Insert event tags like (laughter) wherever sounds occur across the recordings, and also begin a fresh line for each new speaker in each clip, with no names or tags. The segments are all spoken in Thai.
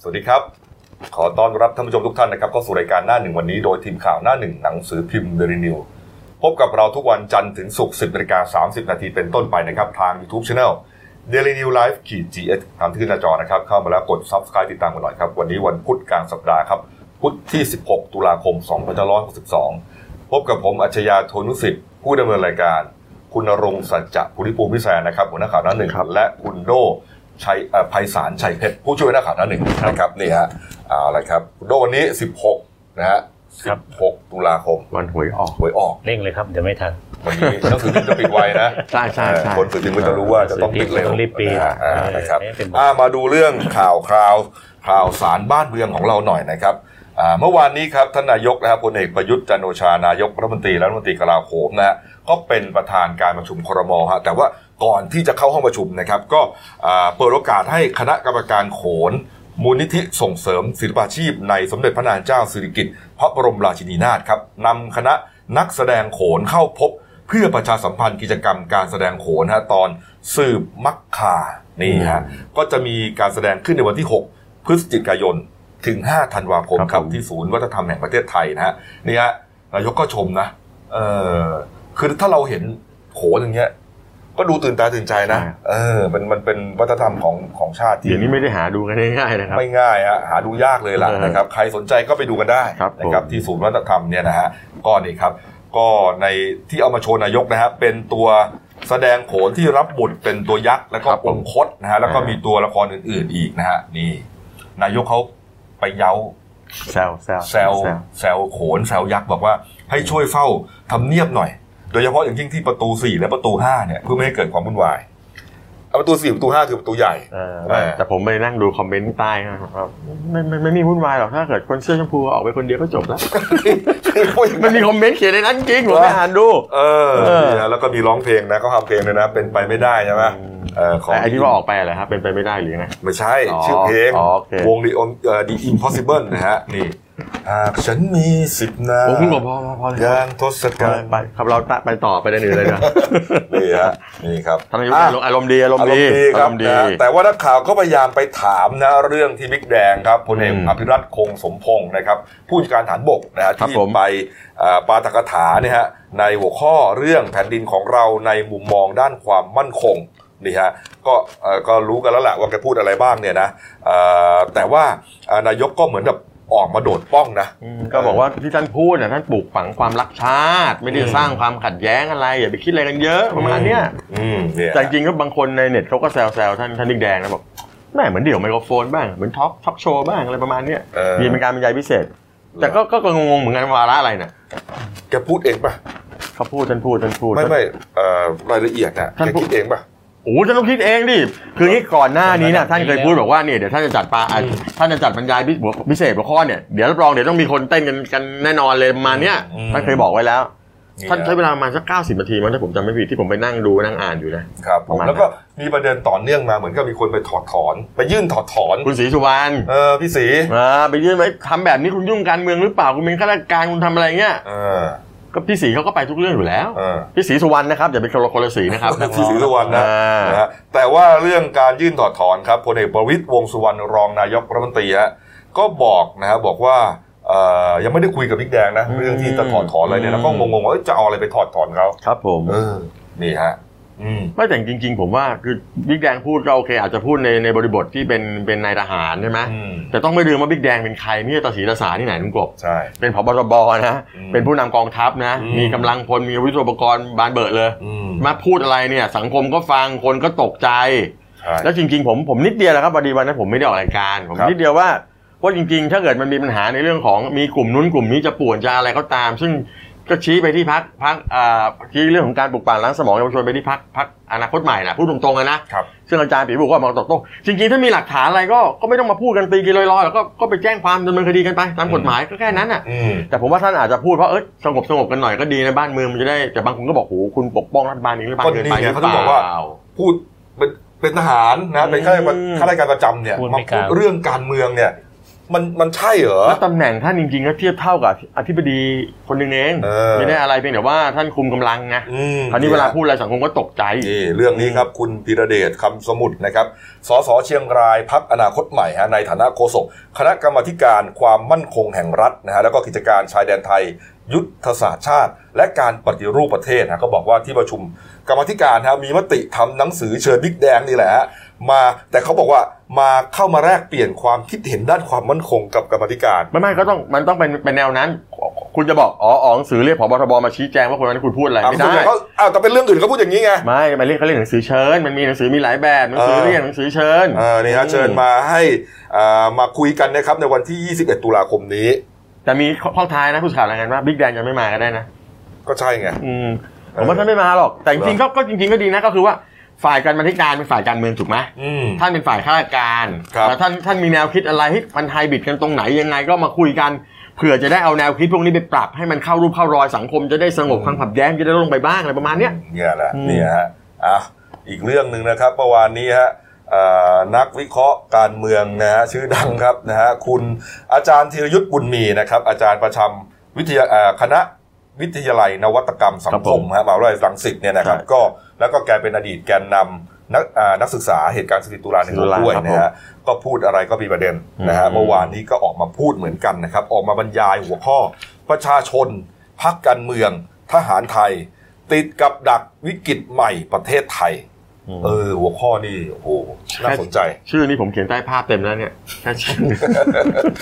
สวัสดีครับ ขอต้อนรับท่านผู้ชมทุกท่านนะครับเข้าสู่รายการหน้าหนึ่งวันนี้โดยทีมข่าวหน้าหนึ่งหนังสือพิมพ์เดลินิวพบกับเราทุกวันจันทร์ถึงศุกร์10นาฬิกา30 นาทีเป็นต้นไปนะครับ ทาง YouTube Channel Daily New Life ขีด GS ตามที่ขึ้นหน้าจอนะครับ เข้ามาแล้วกด Subscribe ติดตามกันหน่อยครับ วันนี้วันพุธกลางสัปดาห์ครับ พุธที่ 16 ตุลาคม2562 พบกับผมอัจฉริยะโทนุสิทธิ์ผู้ดำเนินรายการ คุณณรงค์สัจจะภูริภูมิพิแสนนะครับหัวหน้าข่าวหน้าหนึ่งและคุณโดชัยเอ่อไพศาลชัยเพชรผู้ช่วยหัวหน้าข่าวหน้าหนึ่งนะครับนี่ฮะเอาละครับคุณโดวันนี้ 16 นะฮะ
ครับ
16 ตุลาคม
วันหวยออก
หวยออก
เร่งเลยครับเดี๋ยวไม่ทัน
วันนี้หนังสือพิมพ์จะปิดไวนะ
ใช่ใช่ใช่
คนสื่อพิมพ์ก็จะรู้ว่าจะต้องปิดเร็ว
ต้องรีบปีด
อ่าอ่านะครับ
เออเป็น
อ่ามาดูเรื่องข่าวคราวข่าวสารบ้านเมืองของเราหน่อยนะครับอ่าเมื่อวานนี้ครับท่านนายกนะครับพลเอกประยุทธ์จันทร์โอชานายกรัฐมนตรีและรัฐมนตรีกลาโหมนะฮะก็เป็นประธานการประชุมครมฮะแต่ว่าก่อนที่จะเข้าห้องประชุมนะครับก็อ่าเปิดโอกาสให้คณะกรรมการโขน มูลนิธิส่งเสริมศิลปาชีพในสมเด็จพระนางเจ้าสิริกิติ์พระบรมราชินีนาถครับนำคณะนักแสดงโขนเข้าพบ เพื่อประชาสัมพันธ์กิจกรรมการแสดงโขนฮะตอนสืบมักคานี่ฮะก็จะมีการแสดงขึ้นในวันที่ 6 พฤศจิกายน ถึง 5 ธันวาคมครับที่ศูนย์วัฒนธรรมแห่งประเทศไทยนะฮะนี่ฮะนายกก็ชมนะเออคือถ้าเราเห็นโขนอย่างเงี้ยก็ดูตื่นตาตื่นใจนะเออมันมันเป็นวัฒนธรรมของของชาติที่
เดี๋ยวนี้ไม่ได้หาดูกันง่ายๆนะครับ
ไม่ง่ายฮะหาดูยากเลยล่ะ
เออ
นะครับ ใครสนใจก็ไปดูกันได้
ครับ
นะครั
ผม
ที่ศูนย์วัฒนธรรมเนี่ยนะฮะก็นี่ครับ ก็ในที่เอามาโชว์นายกนะฮะเป็นตัวแสดงโขนที่รับบทเป็นตัวยักษ์แล้วก็องคตนะฮะแล้วก็มีตัวละครอื่น ๆอีกนะฮะนี่ นายกเขาไปเย้า
แซวแซว
แซวแซวโขนแซวยักษ์บอกว่าให้ช่วยเฝ้าทำเนียบหน่อย โดยเฉพาะอย่างยิ่งที่ประตู 4 และประตู 5 เนี่ยเพื่อไม่ให้เกิดความวุ่นวายเอาประตู 4 ประตู 5 คือประตูใหญ่
เออ
เออ
แต่ผมไปนั่งดูคอมเมนต์ใต้นะครับไม่ไม่ไม่มีวุ่นวายหรอกถ้าเกิดคนเสื้อชมพูออกไปคนเดียวก็จบ (laughs) แล้ว (laughs) มันมีคอมเมนต์เขียนในนั้นจริงผมไปอ่านดู
เออ
เออ
เนี่ยแล้วก็มีร้องเพลงนะเขาทำเพลงเลยนะ เป็นไปไม่ได้ใช่ไหมเออของ
แต่ไอ้ที่ว่าออกไปเหรอครับเป็นไปไม่ได้หรือไง
ไม่ใช่
อ๋อ
ชื่อเพลง
อ๋อโอเค
วง The On เอ่อ The Impossible นะฮะ นี่หากฉันมีสิบนา
โอ้คุณบอกพอพอพอเลย
อย่างทศ
พอ
กัณ
เลย
ฐ์
ไปครับเราตะไปต่อไปได้หนึ่งเลยนะ
นี่ฮะ นี่ครับ
ท่านนายก
อ่ะ
อารมณ์อารมณ์ดีอารมณ์ดี
ค
อา
รั
ร
บ
มณ์ดี
นะแต่ว่านักข่าวก็พยายามไปถามนะเรื่องที่บิ๊กแดงครับพลเอก
อืม
อภิรัตคงสมพงศ์นะครับ ผู้จัดการฐานบกนะฮะ
ครับ
ที่
ผม
ไปเอ่อปาฐกถาเนี่ยฮะในหัวข้อเรื่องแผ่นดินของเราในมุมมองด้านความมั่นคงนี่ฮะก็เอ่อก็รู้กันแล้วแหละว่าแกพูดอะไรบ้างเนี่ยนะเอ่อแต่ว่าเอ่อนายกก็เหมือนกับออกมาโดดป้องนะ
ก็บอกว่าที่ท่านพูดน่ะท่านปลูกฝังความรักชาติ ไม่ได้สร้างความขัดแย้งอะไรอย่าไปคิดอะไรกันเยอะประมาณเนี้ย
อืมเนี่ย
แต่จริงๆก็บางคนในเน็ตเขาก็แซวๆท่านท่านดิกแดงนะบอกแม่เหมือนเดี่ยวไมโครโฟนบ้างเหมือนท็อปท็อปโชว์บ้างอะไรประมาณเนี้ย
เอ่อ
มีเป็นการบรรยายพิเศษ แต่ก็ก็ก็งงๆเหมือนกันวาระอะไรเนี่ย
แกพูดเองป่ะ
เขาพูดท่านพูดท่านพูด
ไม่ไม่เอ่อรายละเอียดน่ะ
ท่าน
แก
พูด
คิดเองป่ะ
โอ้ท่านต้องคิดเองดิคืองี้ก่อนหน้านี้นะท่านเคยพูดบอกว่าเนี่ยเดี๋ยวท่านจะจัดปาอ่ะ
อืม
ท่านจะจัดบรรยายพิพิเศษหัวข้อเนี่ยเดี๋ยวรับรองเดี๋ยวต้องมีคนเต้นกันกันแน่นอนเลยประมาณเนี้ยท่านเคยบอกไว้แล้ว ท่านใช้เวลาประมาณสักเก้าสิบนาทีมั้งถ้าผมจำไม่ผิดที่ผมไปนั่งดูนั่งอ่านอยู่นะ
ครับผม
ประมาณ
แล้วก็มีประเด็นต่อเนื่องมาเหมือนกับมีคนไปถอดถอน ไปยื่นถอดถอน
คุณศรีสุวรรณ
เออพี่สี
อ่าไปยื่นไว้ทำแบบนี้คุณยุ่งการเมืองหรือเปล่าคุณเป็นข้าราชการคุณทำอะไรเงี้ย
เออ
ก็พี่ศรีเขาก็ไปทุกเรื่องอยู่แล้ว
เออ
พี่ศรีสุวรรณนะครับอย่าเป็นคนละคนละสีนะครับนัก
(laughs) พี่
อง
สีสุวรรณนะ
อ่า
นะฮะแต่ว่าเรื่องการยื่นถอดถอนครับพลเอกประวิตยวงษ์สุวรรณรองนายกรัฐมนตรีฮะก็บอกนะฮะบอกว่าเอ่อยังไม่ได้คุยกับบิ๊กแดงนะเรื่องที่จะถอดถอนอะไรเนี่ยแล้วก็งงๆว่าเอ้ยจะเอาอะไรไปถอดถอนเขา
ครับผม
เออนี่ฮะอืม
ไม่แต่จริง ๆ ผมว่าคือบิ๊กแดงพูดก็โอเค อาจจะพูดในในบริบทที่เป็นเป็นนายทหารใช่ไหม
อืม
แต่ต้องไม่ลืมว่าบิ๊กแดงเป็นใครไม่ใช่ตาสีตาสาที่ไหนนุ่งกบ
ใช่
เป็นผบตบนะ
อืม
เป็นผู้นำกองทัพนะ
อืม
มีกำลังพลมีอาวุธอุปกรณ์บานเบิดเลย
อืม
มาพูดอะไรเนี่ย สังคมก็ฟังคนก็ตกใจ
ใช่
แล้วจริงๆผมผมนิดเดียวแหละครับพอดีวันนั้นผมไม่ได้ออกรายการ ผม
ครับ
นิดเดียวว่าว่าจริงๆ ถ้าเกิดมันมีปัญหาในเรื่องของมีกลุ่มนู้นกลุ่มนี้จะป่วนจะอะไรก็ตาม ซึ่งก็ชี้ไปที่พักพักอ่าที่เรื่องของการปลุกปั่นล้างสมองเยาวชนไปที่พักพักอนาคตใหม่นะพูดตรงๆอะนะครับ ซึ่งอาจารย์ปีบุกก็ออกมาตอบโต้จริงๆ ถ้ามีหลักฐานอะไรก็ก็ไม่ต้องมาพูดกันตีกันลอยๆแล้วก็ก็ไปแจ้งความดำเนินคดีกันไปตามกฎหมายก็แค่นั้นน่ะ
อืม
แต่ผมว่าท่านอาจจะพูดเพราะเออสงบสงบกันหน่อยก็ดีนะบ้านเมืองมันจะได้แต่บางคนก็บอกโหคุณปกป้องรัฐบาลนี้หรือเปล่า
ก็
เกิน
นี่
ไป
ไง
หรือ
เขา
เป
ถึงบอกว่า
ล่า
พูดเป็นเป็นทหารนะเป็นข้าราชการข้าราชการประจำเนี่ย
พูด
มา
ไม่
พูด
กลาง
เรื่องการเมืองเนี่ย มันมันใช่เหรอ
แล้วตำแหน่งท่านจริงๆก็เทียบเท่ากับอธิบดีคนหนึ่งเอง
เออ
ไม่ได้อะไรเพียงแต่ว่าท่านคุมกำลังไง
อืม
คราวนี้เวลาพูดอะไรสังคมก็ตกใจ
นี่เรื่องนี้ครับคุณธีรเดชคำสมุทรนะครับสสเชียงรายพักอนาคตใหม่ฮะในฐานะโฆษกคณะกรรมาธิการความมั่นคงแห่งรัฐนะฮะแล้วก็กิจการชายแดนไทย ยุทธศาสตร์ชาติ และการปฏิรูปประเทศนะก็บอกว่าที่ประชุมกรรมาธิการฮะมีมติทำหนังสือเชิญบิ๊กแดงนี่แหละฮะมาแต่เขาบอกว่ามาเข้ามาแลกเปลี่ยนความคิดเห็นด้านความมั่นคงกับกรรมาธิการ
ไม่ไม่ก็ต้องมันต้องเป็นเป็นแนวนั้น คุณจะบอกอ๋ออ๋อหนังสือเรียกผบทบมาชี้แจงว่าคนนั้นคุณพูดอะไรไม่
อ่ะส่วน
ได้
ใหญ่เขาอ้าวแต่เป็นเรื่องอื่นเขาพูดอย่างนี้ไง
ไม่มันเรียกเขาเรียกหนังสือเชิญ มันมีหนังสือมีหลายแบบหนังสือ
เออ
เรียกหนังสือเชิญ
เออนี่ฮะเชิญมาให้อ่ามาคุยกันนะครับในวันที่ 21 ตุลาคมนี้
แต่มีข้อข้อท้ายนะผู้สื่อข่าวรายงานว่าบิ๊กแดนยังไม่มาก็ได้นะ
ก็ใช่ไง
อืมผมว่าท่านไม่มาหรอกแต่จริงๆก็ก็จริง ๆก็ดีนะก็คือว่าฝ่ายการบรรณาธิการเป็นฝ่ายการเมืองถูกไหม
อืม
ท่านเป็นฝ่ายข้าราชการ
ครับ
แล้วท่านท่านมีแนวคิดอะไรให้มันไทยบิดกันตรงไหนยังไงก็มาคุยกันเผื่อจะได้เอาแนวคิดพวกนี้ไปปรับให้มันเข้ารูปเข้ารอยสังคมจะได้สงบความขัดแย้งจะได้ลดลงไปบ้างอะไรประมาณเนี้ย
เนี่ยแหละ
อืม
เนี่ยฮะอ่ะอีกเรื่องหนึ่งนะครับเมื่อวานนี้ฮะอ่านักวิเคราะห์การเมืองนะฮะชื่อดังครับนะฮะคุณอาจารย์ธีรยุทธ์บุญมีนะครับ อาจารย์ประจำวิทยาอ่าคณะวิทยาลัยนวัตกรรมสังคมฮะมหาวิทยาลัยรังสิตเนี่ยนะครับ
ใช่
ก็แล้วก็แกเป็นอดีตแกนนำนักอ่านักศึกษาเหตุการณ์สิบตุลาหนึ่ง
ตุลา
ด้วย
ครับผม
นะฮะก็พูดอะไรก็มีประเด็นนะฮะ
อืม
เมื่อวานนี้ก็ออกมาพูดเหมือนกันนะครับ ออกมาบรรยายหัวข้อ ประชาชนพักการเมือง ทหารไทย ติดกับดักวิกฤตใหม่ประเทศไทย เออ หัวข้อนี่โอ้โหน่าสนใจ
ชื่อนี้ผมเขียนใต้ภาพเต็มแล้วเนี่ยแค่ชื่อ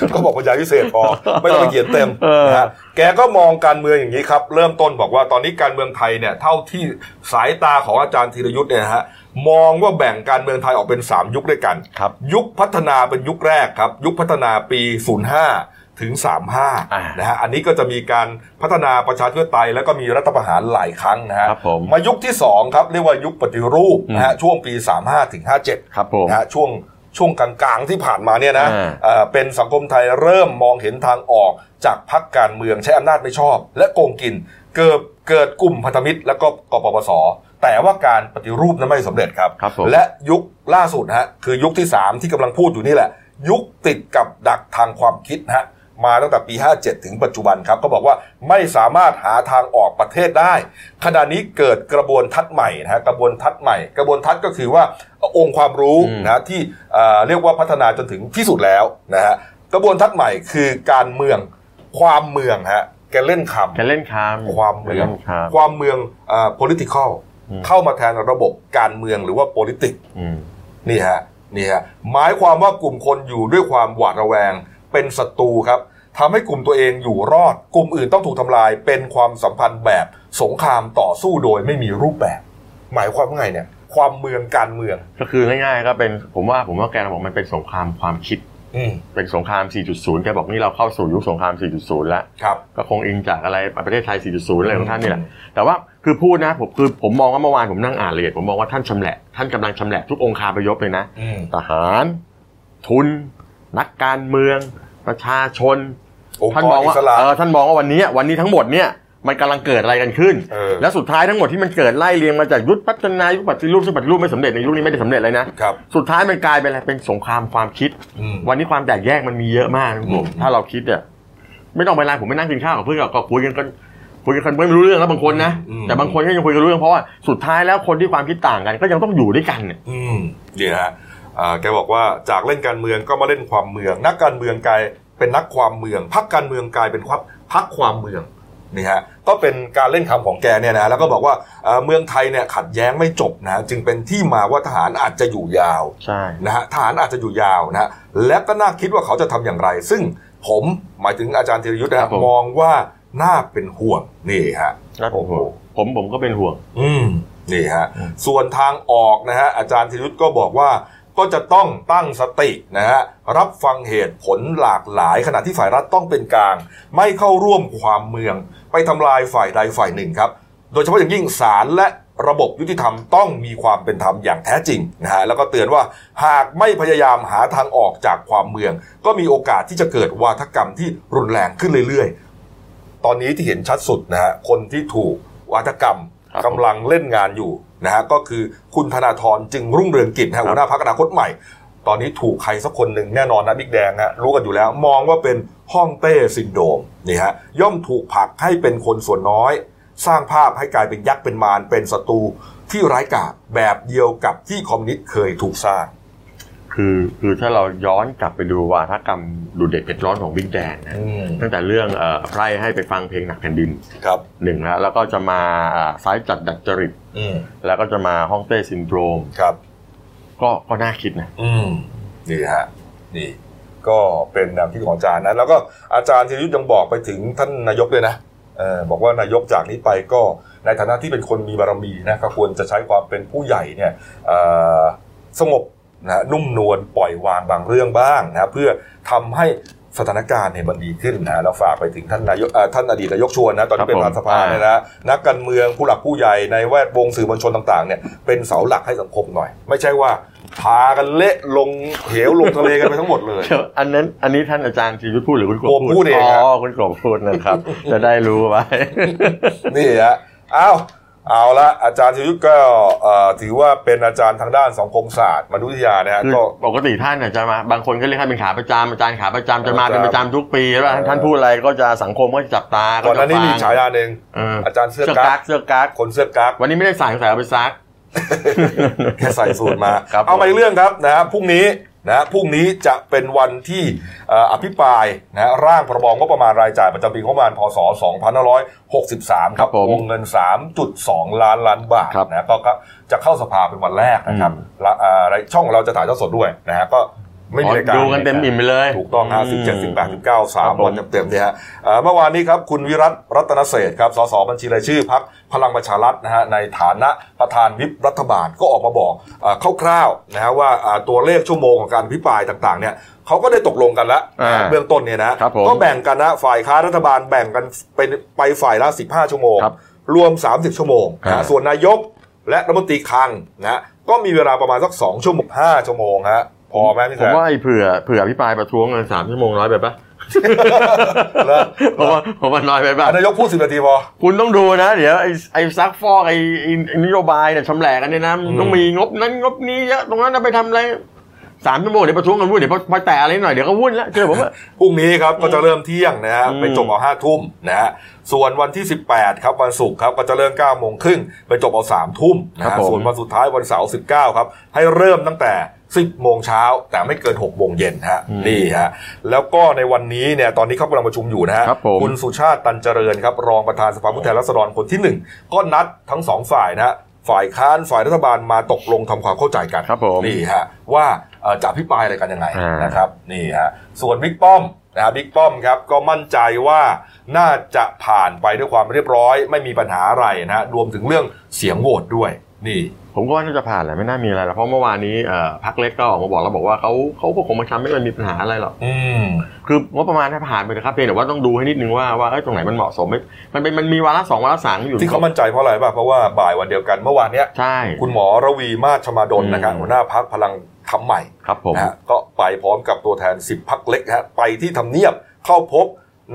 (laughs) ก็บอกปัญญายพิเศษ
(laughs)
พอ ไม่ต้องไปเขียนเต็ม
เออ
นะฮะแกก็มองการเมืองอย่างนี้ครับ เริ่มต้นบอกว่าตอนนี้การเมืองไทยเนี่ย เท่าที่สายตาของอาจารย์ธีรยุทธ์เนี่ยนะฮะมองว่าแบ่งการเมืองไทยออกเป็น 3 ยุคด้วยกัน
ครับ
ยุคพัฒนาเป็นยุคแรกครับ ยุคพัฒนาปี 05 ถึง
อ่า
35 นะฮะอันนี้ก็จะมีการพัฒนาประชาธิปไตยแล้วก็มีรัฐประหารหลายครั้งนะฮะ
ครับผม
ยุคที่ 2 ครับ เรียกว่ายุคปฏิรูปนะฮะช่วงปี 35 ถึง 57
ครับผม
นะฮะช่วงช่วงกลางๆที่ผ่านมาเนี่ยนะ
อ่า
เอ่อเป็นสังคมไทยเริ่มมองเห็นทางออกจากพักการเมืองใช้อำนาจไม่ชอบ และโกงกิน เกิดเกิดกลุ่มพันธมิตร และก็กปปส แต่ว่าการปฏิรูปนั้นไม่สำเร็จครับ
ครับผม
และยุคล่าสุดฮะคือยุคที่ 3 ที่กำลังพูดอยู่นี่แหละ ยุคติดกับดักทางความคิดฮะมาตั้งแต่ปี 57 ถึงปัจจุบันครับ ก็บอกว่าไม่สามารถหาทางออกประเทศได้ ขณะนี้เกิดกระบวนทัศน์ใหม่นะฮะกระบวนทัศน์ใหม่ กระบวนทัศน์ก็คือว่าองค์ความรู้
อืม
นะฮะที่เอ่อเรียกว่าพัฒนาจนถึงที่สุดแล้วนะฮะกระบวนทัศน์ใหม่คือการเมืองความเมืองฮะแกเล่นคำ
แกเล่นคาม
ความเมือง
เล่นคาม
ความเมืองเอ่อ political
อืม
เข้ามาแทนระบบการเมืองหรือว่า politics
อืม
นี่ฮะนี่ฮะหมายความว่ากลุ่มคนอยู่ด้วยความหวาดระแวง เป็นศัตรูครับทำให้กลุ่มตัวเองอยู่รอด กลุ่มอื่นต้องถูกทำลาย เป็นความสัมพันธ์แบบสงครามต่อสู้โดยไม่มีรูปแบบ หมายความว่าไงเนี่ย ความเมืองการเมือง
ก็คือง่ายๆก็เป็นผมว่าผมว่าแกบอกมันเป็นสงครามความคิด
อืม
เป็นสงคราม 4.0 แกบอกนี่เราเข้าสู่ยุคสงคราม 4.0 แล้ว
ครับ
ก็คงอิงจากอะไรประเทศไทย 4.0 อะไรของท่านนี่แห
อื
ละ
ม
แต่ว่าคือพูดนะผมคือผมมองว่าเมื่อวานผมนั่งอ่านละเอียดผมมองว่าท่านชำแหละ ท่านกำลังชำแหละทุกองคาพยพเลยนะ
อืม
ทหาร ทุน นักการเมือง ประชาชน
องค์
ท่าน
ก
ม
ร
อง
อิ
ว่า
สระ
เออท่านมองว่าวันนี้วันนี้ทั้งหมดเนี่ยมันกำลังเกิดอะไรกันขึ้น
เออ
และสุดท้ายทั้งหมดที่มันเกิดไล่เรียงมาจากยุทธพัฒนายุคปฏิรูปซึ่งปฏิรูปไม่สำเร็จในยุคนี้ไม่ได้สำเร็จเลยนะครับ สุดท้ายมันกลายเป็นอะไรเป็นสงครามความคิด
อืม
วันนี้ความแตกแยกมันมีเยอะมากนะผม
อืม
ถ้าเราคิดเนี่ยไม่ต้องไปไลน์ผมไม่นั่งกินข้าวกับเพื่อนหรอกก็คุยกันก็คุยกันคนไม่รู้เรื่องแล้วบางคนนะแต่บางคนก็ยังคุยกันรู้เรื่องเพราะว่าสุดท้ายแล้วคนที่ความคิดต่างกัน ก็ยังต้องอยู่ด้วยกันเนี่ย
อืมนี่นะฮะอ่าแกบอกว่าจากเล่นการเมืองก็มาเล่นความเมือง นักการเมืองกลายเป็นนักความเมืองพักการเมืองกลายเป็นความพักความเมืองนี่ฮะก็เป็นการเล่นคำของแกเนี่ยนะแล้วก็บอกว่าเอ่อเมืองไทยเนี่ยขัดแย้งไม่จบนะฮะจึงเป็นที่มาว่าทหารอาจจะอยู่ยาว
ใช่
นะฮะทหารอาจจะอยู่ยาวนะฮะและก็น่าคิดว่าเขาจะทำอย่างไร ซึ่งผมหมายถึงอาจารย์ธีรยุทธ์นะ
ครั
ฮะ
บผม
มองว่าน่าเป็นห่วงนี่ฮะ
นะผมห่วงผมผมก็เป็นห่วง
อืมนี่ฮะ
อืม
ส่วนทางออกนะฮะอาจารย์ธีรยุทธ์ก็บอกว่าก็จะต้องตั้งสตินะฮะรับฟังเหตุผลหลากหลาย ขณะที่ฝ่ายรัฐต้องเป็นกลาง ไม่เข้าร่วมความเมือง ไปทำลายฝ่ายใดฝ่ายหนึ่งครับ โดยเฉพาะอย่างยิ่งศาลและระบบยุติธรรมต้องมีความเป็นธรรมอย่างแท้จริงนะฮะแล้วก็เตือนว่าหากไม่พยายามหาทางออกจากความเมือง ก็มีโอกาสที่จะเกิดวาทกรรมที่รุนแรงขึ้นเรื่อยๆ ตอนนี้ที่เห็นชัดสุดนะฮะคนที่ถูกวาทกรรม
ครับ
กำลังเล่นงานอยู่นะฮะก็คือคุณธนาธรจึงรุ่งเรืองกิจนะฮะ
ครับ
หัวหน้าพักอนาคตใหม่ ตอนนี้ถูกใครสักคนหนึ่งแน่นอนนะบิ๊กแดงฮะรู้กันอยู่แล้ว มองว่าเป็นห้องเต้ซินโดรมนี่ฮะย่อมถูกผลักให้เป็นคนส่วนน้อย สร้างภาพให้กลายเป็นยักษ์เป็นมารเป็นศัตรูที่ร้ายกาจแบบเดียวกับที่คอมมิวนิสต์เคยถูกสร้าง
คือคือถ้าเราย้อนกลับไปดูวาทกรรมดูเด็ดเผ็ดร้อนของบิ๊กแดงนะ
อืม
ตั้งแต่เรื่องเอ่อไพร่ให้ไปฟังเพลงหนักแผ่นดิน
ครับ
หนึ่งแล้วแล้วก็จะมาอ่าซ้ายจัดดัดจริต
อืม
แล้วก็จะมาฮ่องเต้ซินโดรม
ครับ
ก็ก็น่าคิดนะ
อืมนี่ฮะนี่ก็เป็นแนวคิดของอาจารย์นะ แล้วก็อาจารย์ธีรยุทธ์ยังบอกไปถึงท่านนายกด้วยนะเออบอกว่านายกจากนี้ไปก็ในฐานะที่เป็นคนมีบารมีนะก็ควรจะใช้ความเป็นผู้ใหญ่เนี่ยเอ่อสงบนะฮะนุ่มนวลปล่อยวางบางเรื่องบ้างนะเพื่อทำให้สถานการณ์เนี่ยมันดีขึ้นนะเราฝากไปถึงท่านนายกเอ่อท่านอดีตนายกชวนนะตอนนี้เป็น
ค
ป
รับผ
ระธา
ม
นสภาเนี่ยนะนักการเมืองผู้หลักผู้ใหญ่ในแวดวงสื่อมวลชนต่างๆเนี่ยเป็นเสาหลักให้สังคมหน่อย ไม่ใช่ว่าพากันเละลงเหวลงทะเลกันไปทั้งหมดเลย
เดี๋ยวอันนั้นอันนี้ท่านอาจารย์ชีวิตพูดหรือคุณกบ
ผมพูดเองครับ
อ๋อคุณกบพูดนะครับ
(laughs)
จะได้รู้ไว้
นี่ฮะอ้าวเอาละอาจารย์ชยุทธก็เอ่อถือว่าเป็นอาจารย์ทางด้านสังคมศาสตร์มนุษยวิทยานะฮะ
คือ
ก็
ปกติท่านอาจจะมาบางคนก็เรียกท่านเป็นขาประจำอาจารย์ขาประจำจะมาเป็นประจำทุกปีแล้ว
เออ
ท่านพูดอะไรก็จะสังคมก็จะจับตา
ก่อนหน้านี้มี
จะ
ฉา
ฟัง
ยาหนึ่ง
เออ
อาจารย์เสื้
เสื้
อ
อ
กั๊
กั๊
ก
กเสื้อกั๊ก
คนเสื้อกั๊ก
วันนี้ไม่ได้ใส่ใส่เอาไปซัก
แค่ใส่สูตรมา
ครับ
เอาไปเรื่องครับนะฮะพรุ่งนี้นะฮะพรุ่งนี้จะเป็นวันที่เอ่ออภิปรายนะฮะร่างพรบงบประมาณรายจ่ายประจำปีงบประมาณพศ 2563 ค
ครั
รับบ
ผม
วงเงิน 3.2 ล้านล้านบาท
ครับ
นะฮะก็ก็จะเข้าสภาเป็นวันแรกนะครับ
อืม
และเอ่อช่องเราจะถ่ายทอดสดด้วยนะฮะก็ (laughs) ไม่มีรายการ
ดูกันเต็มอิ่มไปเลย
ถูกต้อง
ม
5 7 18 19
ครับ
3
ผม
วันเต็มๆเนี่ยฮะเอ่อเมื่อวานนี้ครับ คุณวิรัตรัตนเศรษฐ์ครับสสบัญชีรายชื่อพักพลังประชารัฐนะฮะในฐานะประธานวิปรัฐบาลก็ออกมาบอกเอ่อคร่าวๆนะฮะว่าอ่าตัวเลขชั่วโมงของการพิปรายต่างๆเนี่ยเขาก็ได้ตกลงกันแล้ว
อ่า
เบื้องต้นเนี่ยนะครับ
ผม
ก็แบ่งกันนะฝ่ายค้ารัฐบาลแบ่งกันเป็นไปฝ่ายละ 15 ชั่วโมง
ครับ
รวม 30 ชั่วโมงนะฮะ
อ่า
ส่วนนายกและรัฐมนตรีคลังนะฮะก็มีเวลาประมาณสัก2ชั่วโมง5ชั่วโมงฮะพอไหมพี่
ผ
แซ
ม
ม
ว่าไอ้เผื่อเผื่อพิปรายประท้วงกันสามชั่วโมงน้อยไปปะ
เลิก
ผมว่าผมว่าน้อยไปปะ
อ่ะนายกพูดสิบนาทีพอ
คุณต้องดูนะ เดี๋ยวไอ้ไอ้ซักฟอกไอ้ไอ้ไอ้นโยบายเนี่ยชำแหละกันเนี่ยนะมันต้องมีงบนั้นงบนี้เยอะตรงนั้นนะไปทำอะไรสามชั่วโมงเดี๋ยวประท้วงกันวุ่นเดี๋ยวพอพอแตะอะไรหน่อยเดี๋ยวก็วุ่นแล้วเจอผมว่า
พรุ่งนี้ครับก็จะเริ่มเที่ยงนะฮะ
อืม
ไปจบเอาห้าทุ่มนะฮะส่วนวันที่ 18 ครับวันศุกร์ครับก็จะเริ่ม9ก้าโมงครึ่งไปจบเอาสามทุ่มนะ
ครั
ฮะ
บผม
ส่วนวันสุดท้ายวันเสาร์19 ครับ ให้เริ่มตั้งแต่ 10 โมงเช้าแต่ไม่เกิน 6 โมงเย็นฮะ
อืม
นี่ฮะแล้วก็ในวันนี้เนี่ยตอนนี้เขากำลังประชุมอยู่นะฮะ
ครับผม
ณสุชาติตันเจริญครับรองประธานสภาผู้แทนราษฎรคนทีหนึ่งก็นัดทั้งสองฝ่ายนะฮะฝ่ายค้านฝ่ายรัฐบาลมาตกลงทำความเข้าใจกัน
ครับผม
นี่ฮะว่าเอ่อจะอภิปรายอะไรกันยังไง
อ่าน
นะครับนี่ฮะส่วนบิ๊กป้อมนะฮะบิ๊กป้อมครับก็มั่นใจว่าน่าจะผ่านไปด้วยความเรียบร้อย ไม่มีปัญหาอะไรนะฮะรวมถึงเรื่องเสียงโหวตด้วยนี่
(laughs) ผมก็ว่าน่าจะผ่านแหละไม่น่ามีอะไรหรอกเพราะเมื่อวานนี้เอ่อพักเล็กก็ออกมาบอกแล้วบอกว่าเขาเขาก็คงมาทำให้มันมีปัญหาอะไรหรอก
อืม
คืองบประมาณถ้าผ่านไปนะครับเพียงแต่ว่าต้องดูให้นิดนึงว่าว่าเอ้ยตรงไหนมันเหมาะสมไม่มันเป็นมันมีวาระสองวาระสามอยู่
ที่เขามั่นใจเพราะอะไรป่ะเพราะว่าบ่ายวันเดียวกันเมื่อวานเนี้ย
ใช่
คุณหมอระวีมาชมาดลนะครับ
อืม
หัวหน้าพักพลังทำใหม่
ครับผม
นะฮะก็ไปพร้อมกับตัวแทน 10พักเล็กนะฮะไปที่ทำเนียบเข้าพบ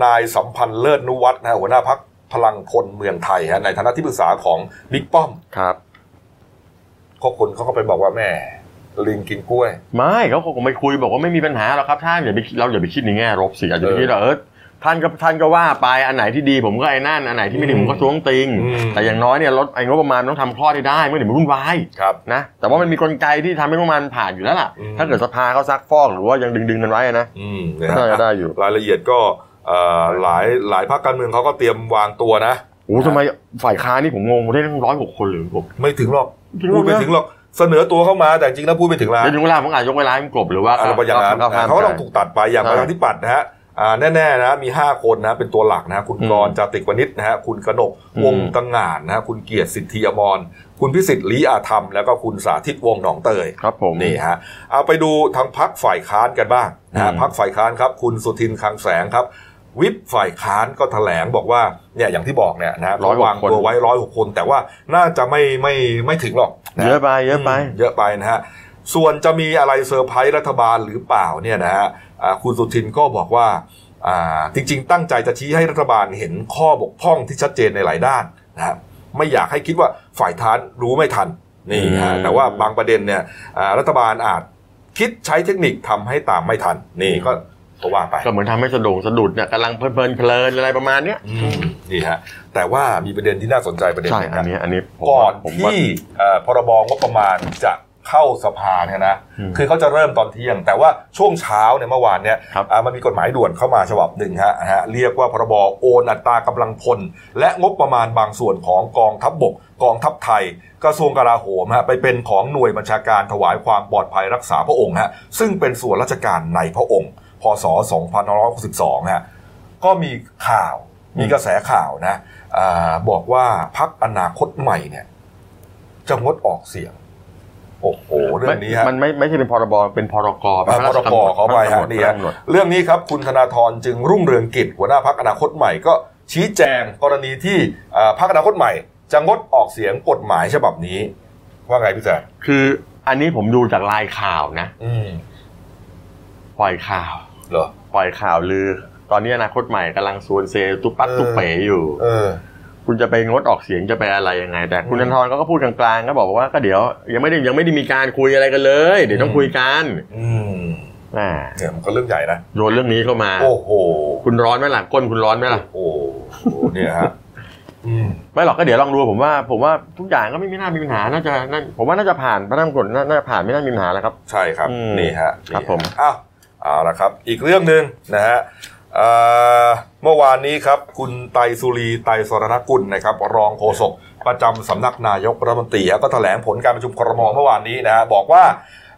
นายสัมพันธ์เลิศนุวัฒน์นะฮะหัวหน้าพักพลังคนเมืองไทยฮะในฐานะที่ปรึกษาของบิ๊กป้อม
ครับ
ก็คนเขาก็ไปบอกว่าแม่ลิงกินกล้วย
ไม่เขาคงไปคุยบอกว่าไม่มีปัญหาหรอกครับท่านอย่าไปเราอย่าไปคิดในแง่ลบสิอาจจะไปคิดว่าเออท่านก็ท่านก็ว่าไปอันไหนที่ดีผมก็ไอ้นั่นอันไหนที่ไม่ดี
อืม
ผมก็ท้วงติง
อืม
แต่อย่างน้อยเนี่ยลดไอ้งบประมาณต้องทำข้อได้ได้ไม่งั้นเดี๋ยวมันวุ่นวาย
ครับ
นะแต่ว่ามันมีกลไกที่ทำให้งบประมาณผ่านอยู่แล้วล่ะ
อืม
ถ้าเกิดสภาเขาซักฟอกหรือว่ายังดึงดึงๆกันไว้นะ
อืมนะฮะ
น่าจะได้อยู่
รายละเอียดก็เอ่อหลายหลายพักการเมืองเขาก็เตรียมวางตัวนะ
โอ้ทำไมฝ่ายค้านนี่ผมงงได้ทั้งร้อยหกคนหรือผม
ไม่ถึงหรอก
จริงเหรอ
พูดไม่ถึงหรอกเสนอตัวเข้ามาแต่จริงแล้วพูดไม่ถึงละ
แล้วถึงเวลาผมอาจยกเวลาให้มันกลบหรือว่า
อะไรประอย่างนั้น
ข้ม
เขาก็
ไป
ต้องถูกตัดไปอย่าง
ใช่
ประชาธิปัตย์นะฮะอ่าแน่ๆนะมี 5 คนนะเป็นตัวหลักนะฮะคุณ
อืม
กรณ์จาติกวณิชนะฮะคุณกนก
อืม
วงศ์ตังงานนะฮะคุณเกียรติสิทธิอมรคุณพิสิทธิ์ลีอาธรรม แล้วก็คุณสาธิตวงศ์หนองเตย
ครับผม
นี่ฮะเอาไปดูทางพักฝ่ายค้านกันบ้างนะฮะ
อืม
พักฝ่ายค้านครับ คุณสุทินคลังแสงครับ วิปฝ่ายค้านก็แถลงบอกว่าเนี่ยอย่างที่บอกเนี่ยนะฮะ
ร้อยกว่า
เขาวางตัว
คน
ไว้ร้อยหกคน แต่ว่าน่าจะไม่ไม่ไม่ถึงหรอกนฮ
เยอะไปเยอะไป
มเยอะไปนะฮะ ส่วนจะมีอะไรเซอร์ไพรส์รัฐบาลหรือเปล่าเนี่ยนะฮะอ่าคุณสุทินก็บอกว่าอ่าจริง ๆ ตั้งใจจะชี้ให้รัฐบาลเห็นข้อบกพร่องที่ชัดเจนในหลายด้านนะฮะไม่อยากให้คิดว่าฝ่ายท้านรู้ไม่ทันนี่ฮะ
อืม
แต่ว่าบางประเด็นเนี่ยอ่ารัฐบาลอาจ คิดใช้เทคนิคทำให้ตามไม่ทัน นี่ก็ก็ว่าไป
ก็เหมือนทำให้สะดงสะดุดเนี่ยกำลังเพลินเพลินๆอะไรประมาณเนี้ย
อืมนี่ฮะแต่ว่ามีประเด็นที่น่าสนใจประเด็น
ใช่
หนึง
อัน
นะ
นี้อันนี้ผม
ก่อ
ว่าน ผมว่า
ที่เอ่อพรบงบประมาณจะเข้าสภาเนี่ยนะ
อืม
คือเขาจะเริ่มตอนเที่ยง แต่ว่าช่วงเช้าเนี่ยเมื่อวานเนี่ย
ครับ
อ่ามันมีกฎหมายด่วนเข้ามาฉบับหนึ่งฮะฮะเรียกว่าพรบโอนอัตรากำลังพล และงบประมาณบางส่วนของกองทัพบบก กองทัพไทย กระทรวงกลาโหมฮะไปเป็นของหน่วยบัญชาการถวายความปลอดภัยรักษาพระองค์ฮะซึ่งเป็นส่วนราชการในพระองค์ พศ 2562ฮะ ก็มีข่าวมีกระแสข่าวนะอาบอกว่าพักอนาคตใหม่เนี่ย จะงดออกเสียง โอ้โห เรื่องนี้ฮะ
มันไม่ไม่ใช่เป็นพรบเป็นพรก
อ่าพรกเขาไปฮะนี่ฮะเรื่องนี้ครับ คุณธนาธรจึงรุ่งเรืองกิจหัวหน้าพักอนาคตใหม่ก็ชี้แจงกรณีที่อ่าพักอนาคตใหม่ จะงดออกเสียงกฎหมายฉบับนี้ ว่าไงพี่แจ๊ค
คืออันนี้ผมดูจากลายข่าวนะ
อืม
ปล่อยข่าว
เหรอ
ปล่อยข่าวลือ ตอนนี้อนาคตใหม่กำลังซวนเซตุ๊บปั๊บ
เออ
ตุ๊บเป๋อยู่
เออ
คุณจะไปงดออกเสียงจะไปอะไรยังไง แต่คุณ
อืม
ธนทรก็พูดกลางๆก็บอกว่าก็เดี๋ยวยังไม่ได้ยังไม่ได้มีการคุยอะไรกันเลย เดี๋ยวต้อง
อืม
คุยกัน
อืม
อ่า
เนี่ยมันก็เรื่องใหญ่นะ
โยนเรื่องนี้เข้ามา
โอ้โห
คุณร้อนไหมล่ะก้นคุณร้อนไหมล่ะ
โอ้โหเนี่ยฮะอืม
ไม่หรอกก็เดี๋ยวลองดูผมว่าผมว่าทุกอย่างก็ไม่มีน่ามีปัญหาน่าจะน่าผมว่าน่าจะผ่านพระนามกฎน่าน่าจะผ่านไม่น่ามีปัญหาแล้วครับ
ใช่ครับ
อืม
นี่ฮะ
ครับ
นี่ฮะ
ผม
อ้าวเอาละครับ อีกเรื่องหนึ่งนะฮะเอ่อเมื่อวานนี้ครับ คุณไตรสุรีไตรสรณกุลนะครับ รองโฆษกประจำสำนักนายกรัฐมนตรีฮะก็แถลงผลการประชุมครมเมื่อวานนี้นะฮะบอกว่า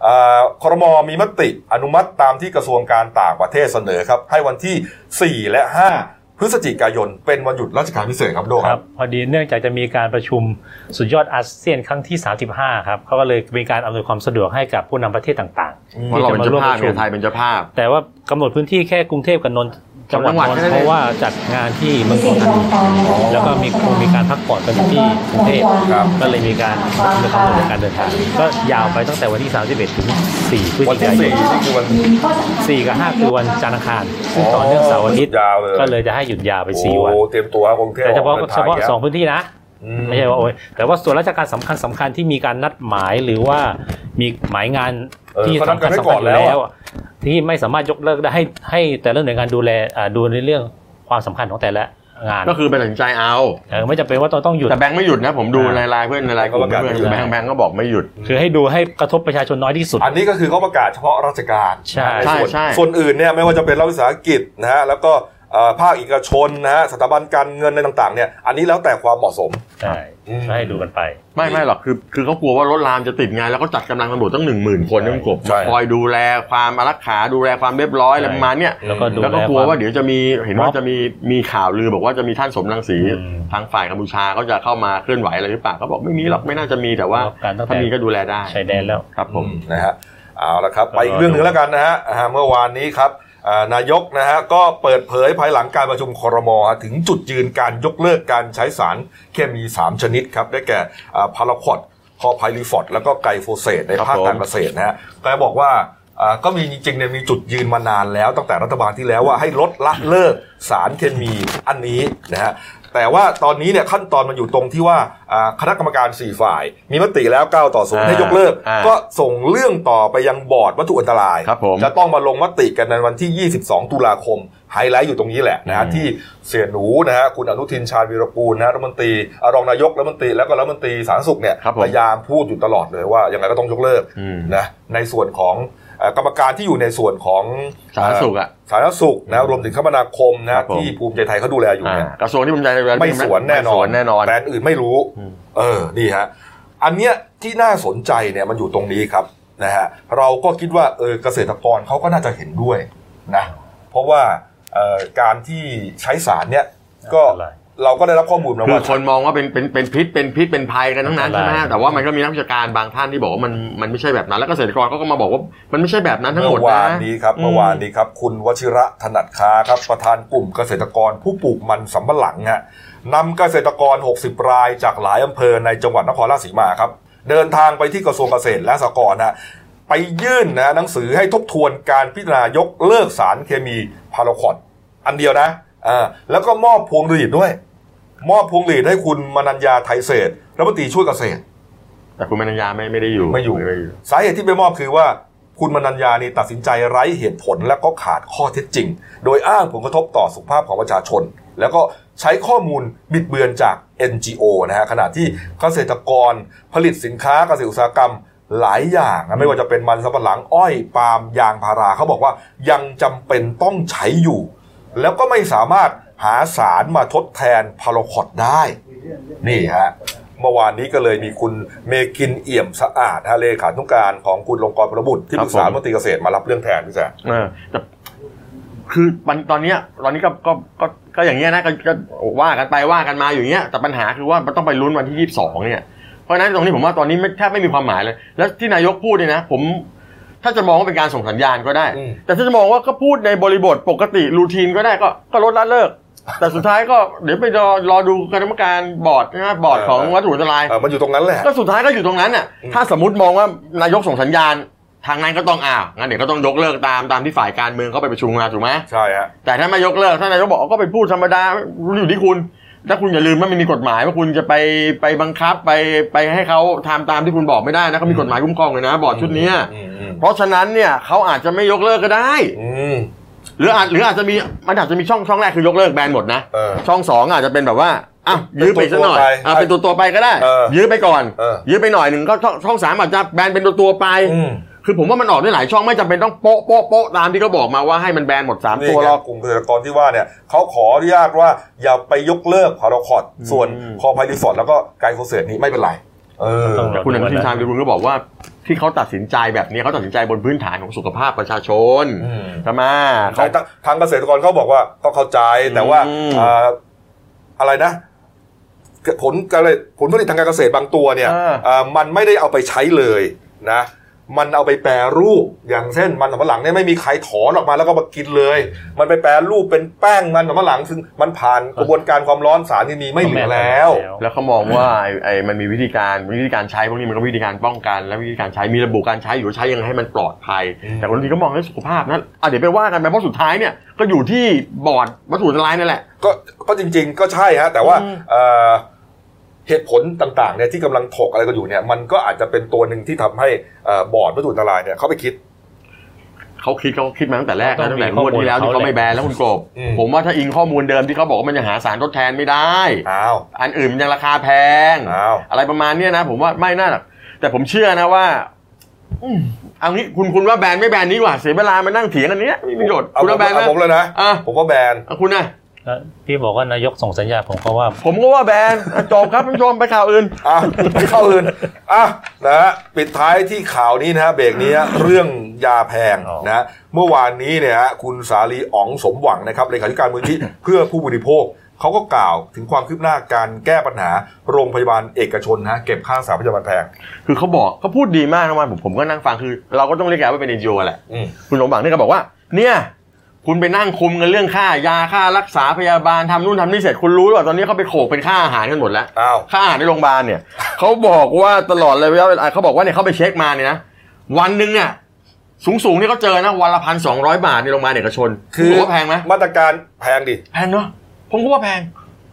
เอ่อครมมีมติอนุมัติตามที่กระทรวงการต่างประเทศเสนอครับ ให้วันที่ 4 และ 5 พฤศจิกายน เป็นวันหยุดราชการพิเศษครับโด
ค
ค
รั
รั
บบ พอดีเนื่องจากจะมีการประชุมสุดยอดอาเซียนครั้งที่ 35 ครับเขาก็เลยมีการอำนวยความสะดวกให้กับผู้นำประเทศต่างๆ
เพราะ
ที่
เรา
จะ
เป็
มา
นเจ้า
ร่วมป
ภาพ
ระชุ
เนี่
ม
ยไทยเป็นเจ้าภาพ
แต่ว่ากำหนดพื้นที่แค่กรุงเทพกับนนท์จังหวัด
จังหวัด
นน
แค่
ท์
นั้น
เพ
เอง
ราะว่าจัดงานที่เมืองทองธานีแล้วก็มีคงมีการพักผ่อนกันอยู่ที่กรุงเทพ
ครับ
ก็เลยมีการเรื่องของการเดินทางก็ยาวไปตั้งแต่วันที่ 31 ถึง 4 พฤศ
วัน
จิ
ที่4
กายน
นี่คือวัน
สี่กับห้าคือวันจันทร์อังคารซึ่งต่อเนื่องเสาร์อาทิตย์
ยาวเลย
ก็เลยจะให้หยุดยาวไปสี่วัน
โอ้เตรียมตัวครับกรุงเทพ
แต่เฉพาะ
ออกดิน
เฉ
ทงก
พาะ
แล้ว
สองพื้นที่นะ
อื
ไม่ใช่ว่าโอ้ยแต่ว่าส่วนราชการสำคัญสำคัญที่มีการนัดหมายหรือว่ามีหมายงาน
เออ
ที่
เขานัด
สำ
กันไว้
คัญสำ
ก่
คั
อ
ญ
น
อ
แล้
ยู่
วอะ
แล้วอะที่ไม่สามารถยกเลิกได้ให้ให้แต่ละหน่วยงานดูแลอ่าดูในเรื่องความสำคัญของแต่ละงาน
ก็คือไปตัดสินใจเอา
เออไม่จำเป็นว่าต้องต้องหยุด
แต่แบงค์ไม่หยุดนะผมดู
อ่า
ในไลน์เพื่อนในไลน์กลุ่มเพื่อนอยู่แบงค์แบงค์ก็บอกไม่หยุด
คือให้ดูให้กระทบประชาชนน้อยที่สุด
อันนี้ก็คือเขาประกาศเฉพาะราชการ
ใช่
นส่วน
ใช่ใช่
ส่วนอื่นเนี่ยไม่ว่าจะเป็นรัฐวิสาหกิจนะฮะแล้วก็เอ่อภาคเอกชนนะฮะสถาบันการเงินในต่างๆเนี่ยอันนี้แล้วแต่ความเหมาะสม
ใช่
อืม
ให้ดูกันไป
ไม่ไม่หรอกคือคือเขากลัวว่ารถรามจะติดไงแล้วก็จัดกำลังตำรวจตั้งหนึ่งหมื่นคน
ใช่
ทั้งกบ
ใช่
คอยดูแลความอารักขาดูแลความเรียบร้อยอะไรประมาณเนี้ย
แล้วก็ดู
แล้วก็กลัวว่าเดี๋ยวจะมีเห็นว่า
ม็อบ
จะมีมีข่าวลือบอกว่าจะมีท่านสมรังสี
อืม
ทางฝ่ายกัมพูชาก็จะเข้ามาเคลื่อนไหวอะไรหรือเปล่าก็บอกไม่มีหรอกไม่น่าจะมีแต่ว่า
การตั้งแต่
ถ้ามีก็ดูแลได้
ชายแดนแล้ว
ครับผม
นะฮะเอาละครับ ไปอีก
ก็รอดู
เรื่องหนึ่งแล้วกันนะฮะอ่าเมื่อวานนี้ครับอ่านายกนะฮะก็เปิดเผยภายหลังการประชุมครมฮะถึงจุดยืนการยกเลิกการใช้สารเคมี 3 ชนิดครับ ได้แก่อ่าพาราควอดคอไพลิฟอดแล้วก็ไกลโฟเซตใน
ครับ
ภาคการ
ผม
เกษตรนะฮะแต่บอกว่าอ่าก็มีจริงๆเนี่ยมีจุดยืนมานานแล้ว ตั้งแต่รัฐบาลที่แล้วว่าให้ลดละเลิกสารเคมีอันนี้นะฮะแต่ว่าตอนนี้เนี่ยขั้นตอนมันอยู่ตรงที่ว่าอ่าคณะกรรมการสี่ฝ่าย มีมติแล้ว9ต่อ0ให้ยกเลิก
อ่า
ก็ ส่งเรื่องต่อไปยังบอร์ดวัตถุอันตราย
ครับผม
จะต้องมาลงมติกันในวันที่ 22 ตุลาคม ไฮไลท์อยู่ตรงนี้แหละนะฮะ
อืม
ที่เสียหนูนะฮะคุณอนุทินชาญวีรกูลนะฮะรัฐมนตรีอ่ะรองนายกรัฐมนตรีแล้วก็รัฐมนตรีสาธารณสุขเนี่ย
ครับผม
พยายามพูดอยู่ตลอดเลยว่ายังไงก็ต้องยกเลิก
อืม
นะในส่วนของเอ่อกรรมการที่อยู่ในส่วนของ
สาธารณสุขอ่ะ
สาธารณสุขนะรวมถึงคมนาคมนะ
ครั
ฮะ
บผม
ที่ภูมิใจไทยเขาดูแลอยู่
อ่า
เนี่ย
กระทรวงที่ผมใจดูแล
ไม่สวนแน่นอน
ไม่สวแน่นอน
แต่อื่นไม่รู้
อืม
เออ นี่ฮะ อันเนี้ยที่น่าสนใจเนี่ยมันอยู่ตรงนี้ครับนะฮะ เราก็คิดว่าเออเกษตรกรเขาก็น่าจะเห็นด้วยนะ เพราะว่าเอ่อการที่ใช้สารเนี่ยก็
อันตราย
เราก็ได้รับข้อมูลมา
คือ
ว่า
คนมองว่าเป็นเป็นเป็นพิษเป็นพิษเป็นภัยกันทั้งนั้น
อันต
ใช่
ราย
ไหมฮะแต่ว่ามันก็มีนักวิชาการบางท่านที่บอกว่ามันมันไม่ใช่แบบนั้น แล้วเกษตรกรก็มาบอกว่ามันไม่ใช่แบบนั้นทั้งหมด
เมื่อ
นะ
วานนี้ครับ
อืม
เมื่อวานนี้ครับคุณวชิระถนัดค้าครับประธานกลุ่มเกษตรกรผู้ปลูกมันสำปะหลังฮะนำเกษตรกร 60 รายจากหลายอำเภอในจังหวัดนครราชสีมาครับ เดินทางไปที่กระทรวงเกษตรและสหกรณ์ฮะไปยื่นนะหนังสือให้ทบทวนการพิจารณายกเลิกสารเคมีพาราคอดอันเดียวนะอ่าแล้วก็มอบพวงหรีดด้วย มอบพวงหรีดให้คุณมนัญญาไทยเศรษฐ์รัฐมนตรีช่วยเกษตร
แต่คุณมนัญญาไม่ไม่ได้อยู่
ไม่อยู่
ไม่ได้อยู่
สาเหตุที่ไปมอบคือว่า คุณมนัญญานี่ตัดสินใจไร้เหตุผลและก็ขาดข้อเท็จจริง โดยอ้างผลกระทบต่อสุขภาพของประชาชน แล้วก็ใช้ข้อมูลบิดเบือนจาก NGO นะฮะขณะที่เกษตรกรผลิตสินค้าเกษตรอุตสาหกรรมหลายอย่างนะไม่ว่าจะเป็นมันสำปะหลังอ้อยปาล์มยางพาราเขาบอกว่ายังจำเป็นต้องใช้อยู่ แล้วก็ไม่สามารถหาสารมาทดแทนพาราคอตได้ นี่ฮะเมื่อวานนี้ก็เลยมีคุณเมกินเอี่ยมสะอาดฮะเลขานุการของคุณลงกรณ์ประบุตรที่
ค
ป
รับ
รึกษา
ผม
มนตรีเกษตรมารับเรื่องแทนพี่แจ๊ค
เออแต่คือมันตอนเนี้ยตอนนี้ก็ก็ก็ก็อย่างเงี้ยนะก็ก็ว่ากันไปว่ากันมาอยู่อย่างเงี้ยแต่ปัญหาคือว่ามันต้องไปลุ้นวันที่ยี่สิบสองเนี่ยเพราะฉะนั้นตรงนี้ผมว่าตอนนี้ไม่แทบไม่มีความหมายเลย แล้วที่นายกพูดเนี่ยนะ ผมถ้าจะมองว่าเป็นการส่งสัญญาณก็ได้
อืม
แต่ถ้าจะมองว่าก็พูดในบริบทปกติรูทีนก็ได้ก็ก็ลดละเลิก แต่สุดท้ายก็เดี๋ยวไปรอรอดูคณะกรรมการบอร์ดนะฮะบอร์ดของวัตถุอันตราย
เอ่อมันอยู่ตรงนั้นแหละ
ก็สุดท้ายก็อยู่ตรงนั้นน่ะ
อืม
ถ้าสมมติมองว่านายกส่งสัญญาณ ทางนั้นก็ต้องอ้าว งั้นเดี๋ยวก็ต้องยกเลิกตามตามที่ฝ่ายการเมืองเขาไปประชุมมาถูกไหม
ใช่ฮะ
แต่ถ้าไม่ยกเลิก ถ้านายกบอกก็ไปพูดธรรมดาอยู่ที่คุณ ถ้าคุณอย่าลืมว่ามันมีกฎหมายว่าคุณจะไปไปบังคับไปไปให้เขาทำตามที่คุณบอกไม่ได้นะเขามีกฎหมายคุ้มครองเลยนะ บอร์ดชุดเนี้ย
อืมอืม
เพราะฉะนั้นเนี่ยเขาอาจจะไม่ยกเลิกก็ได้
อืม
หรืออาจหรืออาจจะมีมันอาจจะมีช่องช่องแรกคือยกเลิกแบนหมดนะ
เออ
ช่องสองอาจจะเป็นแบบว่าอ้าวยื้อไปอีกสักหน่อย
เป็นตัวๆไป
อ่ะเป็นตัวตัวๆไปก็ได้
เออ
ยื้อไปก่อน
เออ
ยื้อไปหน่อยหนึ่งก็ช่องช่องสามอาจจะแบนเป็นตัวตัวๆไป
อืม
คือผมว่ามันออกได้หลายช่องไม่จำเป็นต้องโป๊ะโป๊ะโป๊ะตามที่เขาบอกมาว่าให้มันแบนหมดสาม
นี่
ตัวหร
ไง
อก
กลุ่มเกษตรกรที่ว่าเนี่ยเขาขออนุญาตว่าอย่าไปยกเลิกพาราคอตส่วน
อืม
คอไพลิสอดแล้วก็ไกลโคเซตนี้ไม่เป็นไร เออ
ต้องรอ
คุณอนุทินชาญวิรุณก็บอกว่าที่เขาตัดสินใจแบบนี้เขาตัดสินใจบนพื้นฐานของสุขภาพประชาชน
อืม
ใช่ไหม
ใช่
เขา
ทางทางเกษตรกรเขาบอกว่าก็เข้าใจแต่ว่า
อืม
เอ่ออะไรนะ ผลอะไรผลผลิตทางการเกษตรบางตัวเนี่ย
เออ
เอ่อมันไม่ได้เอาไปใช้เลยนะ มันเอาไปแปรรูปอย่างเช่นมันสำปะหลังเนี่ยไม่มีใครถอนออกมาแล้วก็มากินเลย มันไปแปรรูปเป็นแป้งมันสำปะหลังซึ่งมันผ่านกระบวนการความร้อนสารที่มีไม่เหลือแล้ว
แล้วเขามองว่าไอ้ไอ้มันมีวิธีการวิธีการใช้พวกนี้มันก็วิธีการป้องกัน และวิธีการใช้มีระบุการใช้อยู่ว่าใช้ยังไงให้มันปลอดภัย
อืม
แต่คนที่ก็มองเรื่องสุขภาพนั้นอ่ะเดี๋ยวไปว่ากันไปเพราะสุดท้ายเนี่ยก็อยู่ที่บอร์ดวัตถุอันตรายนั่นแหละ
ก็ก็จริงๆ ก็ใช่ฮะแต่ว่า
อืม
เอ่อเหตุผลต่างๆเนี่ยที่กำลังถกอะไรกันอยู่เนี่ย มันก็อาจจะเป็นตัวหนึ่งที่ทำให้เอ่อบอร์ดวัตถุอันตรายเนี่ยเขาไปคิด
เขาคิดเขาคิดมาตั้งแต่แรก
ต้อง
นะตั้งแต่
มี
งวดที่แล้ว
ข้อมูล
ที่เขาไม่แบนแล้วคุณกบ
อืม
ผมว่าถ้าอิงข้อมูลเดิมที่เขาบอกว่ามันจะหาสารทดแทนไม่ได้
อ้าว
อันอื่นมันยังราคาแพง
อ้าว
อะไรประมาณเนี้ยนะ ผมว่าไม่น่าหรอกแต่ผมเชื่อนะว่าอืมเอางี้คุณคุณว่าแบนไม่แบนนี้ดีกว่าเสียเวลามานั่งเถียงอันเนี้ยไม่มีประโยชน์
เอา
คุณ
ผม
ว่าแบนไหม
เอาผมเลยนะ
อ่ะ
ผมว่าแบน
อ่ะคุณนะ
แล้วพี่บอกว่านายกส่งสัญญาณผมก็ว่า
ผมก็ว่าแบนอ่ะจบครับท่านผู้ชมไปข่าวอื่น
อ่ะไปเข้าอื่นอ่ะนะฮะปิดท้ายที่ข่าวนี้นะฮะเบรกนี้ฮะเรื่องยาแพง
อ๋อ
นะฮะเมื่อวานนี้เนี่ยฮะคุณสาลีอ๋องสมหวังนะครับเลขาธิการมูล
(coughs)
ที่ เพื่อผู้บริโภคเขาก็กล่าวถึงความคืบหน้าการแก้ปัญหาโรงพยาบาลเอกชนนะฮะเก็บค่าสาพยาบาลแพง
คือเขาบอกเขาพูดดีมากนะวันผมผมก็นั่งฟังคือ เราก็ต้องเรียกแกว่าเป็นเอ็นจีโอแหละ
อืม
คุณสมบังเนี่ยก็บอกว่า เนี่ย คุณไปนั่งคุมกันเรื่องค่ายาค่ารักษาพยาบาลทำนู่นทำนี่เสร็จคุณรู้หรือเปล่าตอนนี้เขาไปโขกเป็นค่าอาหารกันหมดแล้ว
อ้าว
ค่าอาหารในโรงพยาบาลเนี่ย เขาบอกว่าตลอดระยะเวลาเขาบอกว่าเนี่ยเขาไปเช็คมาเนี่ยนะวันหนึ่งเนี่ยสูงสูงๆเนี่ยเขาเจอนะวันละพันสองร้อยบาทในโรงพยาบาลเอกชน
คือ
ณบกว่าแพงไหม
มาตรการแพงดิ
แพงเนาะผมก็ว่าแพง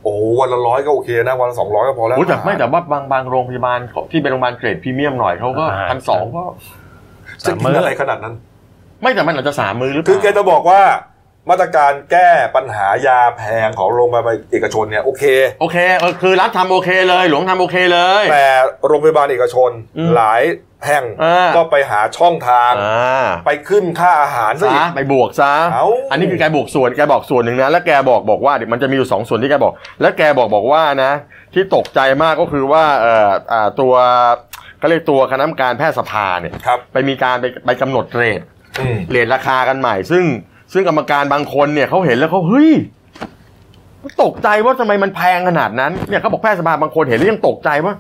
โอ้โหวันละร้อยก็โอเคนะ วันละสองร้อยก็พอแล้ว
โอ้แต่ไม่แต่ว่าบางบางโรงพยาบาลเขาที่เป็นโรงพยาบาลเกรดพรีเมียมหน่อยเขาก็
อ่า
พันสองก็
จะกินอะไรขนาดนั้น
ไม่แต่มันอาจจะสามมือหรือเป
คือแก
ล่า
จะบอกว่า มาตรการแก้ปัญหายาแพงของโรงพยาบาลเอกชนเนี่ยโอเค
โอเคเออคือรัฐทำโอเคเลย หลวงทำโอเคเลย
แต่โรงพยาบาลเอกชน
อืม
หลายแห่ง
อ่า
ก็ไปหาช่องทาง
อ่า
ไปขึ้นค่าอาหารซะ
ซะ
อีก
ไปบวกซะ
เอ้า
นนี้คือแกบวกส่วนแกบอกส่วนหนึ่งนะ แล้วแกบอกบอกว่าเดี๋ยวมันจะมีอยู่สองส่วนที่แกบอก แล้วแกบอกบอกว่านะ ที่ตกใจมากก็คือว่าเอ่ออ่าตัวก็เรียกตัวคณะกรรมการแพทยสภาเนี่ย
ครับ
ไปมีการไปไปกำหนดเรท
อืม
เรทราคากันใหม่ ซึ่งซึ่งกรรมการบางคนเนี่ยเขาเห็นแล้วเขาเฮ้ยตกใจว่าทำไมมันแพงขนาดนั้นเนี่ยเขาบอกแพทยสภาบางคนเห็นแล้วยังตกใจว่า